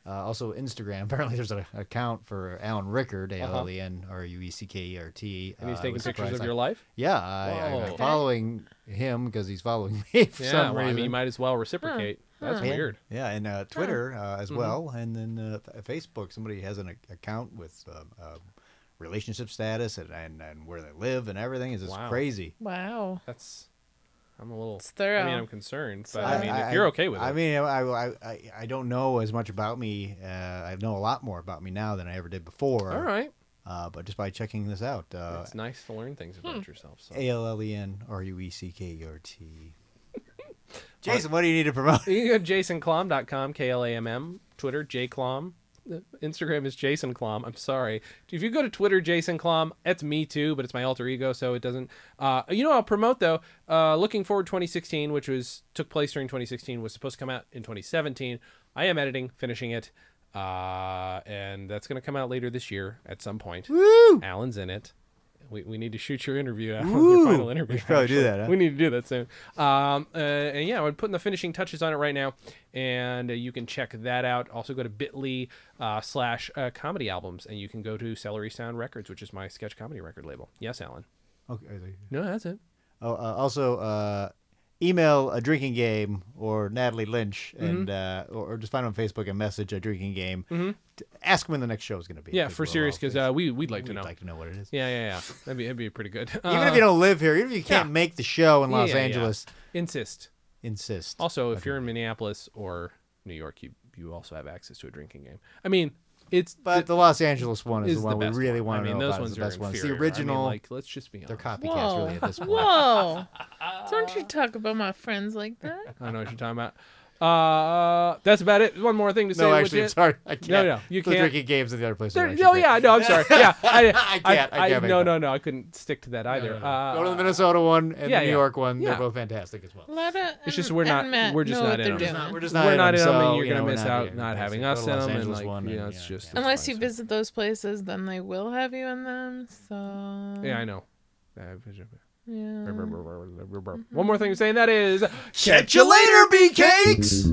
Speaker 2: uh, also Instagram. Apparently, there's an account for Alan Rickard, A L E N R U E C K E R T.
Speaker 1: Uh-huh. and he's
Speaker 2: Uh, I
Speaker 1: taking
Speaker 2: was
Speaker 1: pictures
Speaker 2: surprised
Speaker 1: of
Speaker 2: I-
Speaker 1: your life.
Speaker 2: Yeah, I, I,
Speaker 1: Whoa.
Speaker 2: am following him because he's following me for
Speaker 1: Yeah,
Speaker 2: some
Speaker 1: well, I
Speaker 2: reason.
Speaker 1: mean, you might as well reciprocate. That's
Speaker 2: Yeah.
Speaker 1: weird.
Speaker 2: Yeah, and uh, Twitter uh,
Speaker 1: Mm-hmm.
Speaker 2: as well, and then uh, F- Facebook. Somebody has an ac- account with um, uh, relationship status and, and, and where they live and everything. It's just
Speaker 1: Wow.
Speaker 2: crazy.
Speaker 3: Wow.
Speaker 1: That's. I'm a little.
Speaker 3: It's thorough.
Speaker 1: I mean, I'm concerned, but I, mean, if you're okay with
Speaker 2: I
Speaker 1: it,
Speaker 2: mean, I, I, I, I don't know as much about me. Uh, I know a lot more about me now than I ever did before.
Speaker 1: all right.
Speaker 2: Uh, but just by checking this out, uh,
Speaker 1: it's nice to learn things about yourself. So.
Speaker 2: A L L E N R U E C K E R T. Jason, what do you need to promote?
Speaker 1: You can go to jasonclom.com, K L A M M. Twitter, jclom. The Instagram is Jason Klom. I'm sorry. If you go to Twitter, Jason Klom, that's me too, but it's my alter ego, so it doesn't. Uh, you know, I'll promote though. Uh, Looking forward 2016, which was took place during 2016, was supposed to come out in 2017. I am editing, finishing it, uh, and that's going to come out later this year at some point.
Speaker 2: Woo!
Speaker 1: Alan's in it. We, we need to shoot your interview out,
Speaker 2: Ooh,
Speaker 1: your final interview.
Speaker 2: we should probably do
Speaker 1: actually.
Speaker 2: that, huh?
Speaker 1: We need to do that soon. Um, uh, and yeah, I'm putting the finishing touches on it right now, and uh, you can check that out. Also, go to Bitly uh, slash uh, comedy albums, and you can go to Celery Sound Records, which is my sketch comedy record label. Yes, Alan.
Speaker 2: Okay.
Speaker 1: No, that's it.
Speaker 2: Oh, uh, also, uh, email a drinking game or Natalie Lynch,
Speaker 1: Mm-hmm.
Speaker 2: and uh, or, or just find them on Facebook and message a drinking game. T- ask when the next show is going to be.
Speaker 1: Mm-hmm. Yeah, for serious, because uh, we we'd like
Speaker 2: we'd
Speaker 1: to know.
Speaker 2: like to know what it is.
Speaker 1: Yeah, yeah, yeah. That'd be that'd be pretty good.
Speaker 2: Even if you don't live here, even if you can't
Speaker 1: yeah.
Speaker 2: make the show in
Speaker 1: Yeah,
Speaker 2: Los
Speaker 1: yeah, yeah.
Speaker 2: Angeles,
Speaker 1: Uh, insist.
Speaker 2: insist.
Speaker 1: Also, if you're in Minneapolis or New York, you you also have access to a drinking game. I mean, it's
Speaker 2: but the Los Angeles one is, the one
Speaker 1: best
Speaker 2: we really
Speaker 1: one.
Speaker 2: want to
Speaker 1: I mean,
Speaker 2: know
Speaker 1: those
Speaker 2: about.
Speaker 1: ones
Speaker 2: It's the
Speaker 1: are
Speaker 2: best ones. The
Speaker 1: inferior. I mean,
Speaker 2: original,
Speaker 1: like, let's just be
Speaker 2: they're
Speaker 1: honest.
Speaker 2: copycats
Speaker 3: Whoa.
Speaker 2: really at this point.
Speaker 3: Whoa. Don't you talk about my friends like that?
Speaker 1: I know what you're talking about. Uh, that's about it. One more thing to say.
Speaker 2: No,
Speaker 1: which
Speaker 2: actually, I'm
Speaker 1: is-
Speaker 2: sorry. I can't.
Speaker 1: no, you
Speaker 2: the
Speaker 1: can't.
Speaker 2: drinking games at the other place.
Speaker 1: There- no, yeah, no, I'm sorry. Yeah, I,
Speaker 2: I can't, I can't make
Speaker 1: no,
Speaker 2: that.
Speaker 1: no, no, I couldn't stick to that either. Uh,
Speaker 2: Go to the Minnesota one and
Speaker 1: yeah,
Speaker 2: the New
Speaker 1: yeah.
Speaker 2: York one.
Speaker 1: Yeah.
Speaker 2: They're both fantastic as well.
Speaker 3: Lotta and,
Speaker 1: It's just we're
Speaker 3: and
Speaker 1: not-
Speaker 3: Matt
Speaker 1: we're just
Speaker 3: um, know
Speaker 1: not
Speaker 3: what
Speaker 1: in
Speaker 3: they're
Speaker 1: on
Speaker 3: doing.
Speaker 1: this.
Speaker 2: We're just
Speaker 1: we're not in them,
Speaker 2: so,
Speaker 1: and you're
Speaker 2: you know,
Speaker 1: gonna
Speaker 2: we're
Speaker 1: miss
Speaker 2: not
Speaker 1: out
Speaker 2: here.
Speaker 1: not
Speaker 2: That's
Speaker 1: having
Speaker 2: it.
Speaker 1: us
Speaker 2: Go to Los
Speaker 1: in them, and
Speaker 2: Angeles
Speaker 1: like
Speaker 2: one
Speaker 1: you know,
Speaker 2: and,
Speaker 1: it's
Speaker 2: yeah,
Speaker 1: just
Speaker 2: yeah.
Speaker 3: Unless
Speaker 1: fine.
Speaker 3: you visit those places, then they will have you in them. So
Speaker 1: Yeah, I know. Uh,
Speaker 3: yeah.
Speaker 1: One more thing to say, and that is
Speaker 2: Catch you later, B cakes.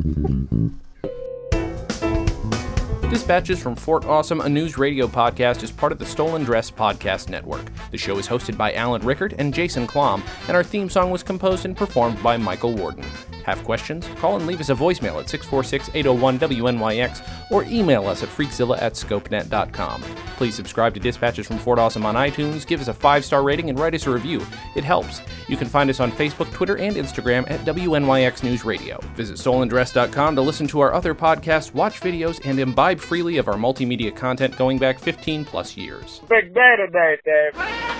Speaker 1: Dispatches from Fort Awesome, a news radio podcast, is part of the Stolen Dress Podcast Network. The show is hosted by Alan Rickard and Jason Klom, and our theme song was composed and performed by Michael Warden. Have questions? Call and leave us a voicemail at 646 801 WNYX or email us at freakzilla at scopenet.com. Please subscribe to Dispatches from Fort Awesome on iTunes, give us a five star rating, and write us a review. It helps. You can find us on Facebook, Twitter, and Instagram at WNYX News Radio. Visit soulanddress.com to listen to our other podcasts, watch videos, and imbibe freely of our multimedia content going back 15 plus years.
Speaker 5: Big day today, Dave.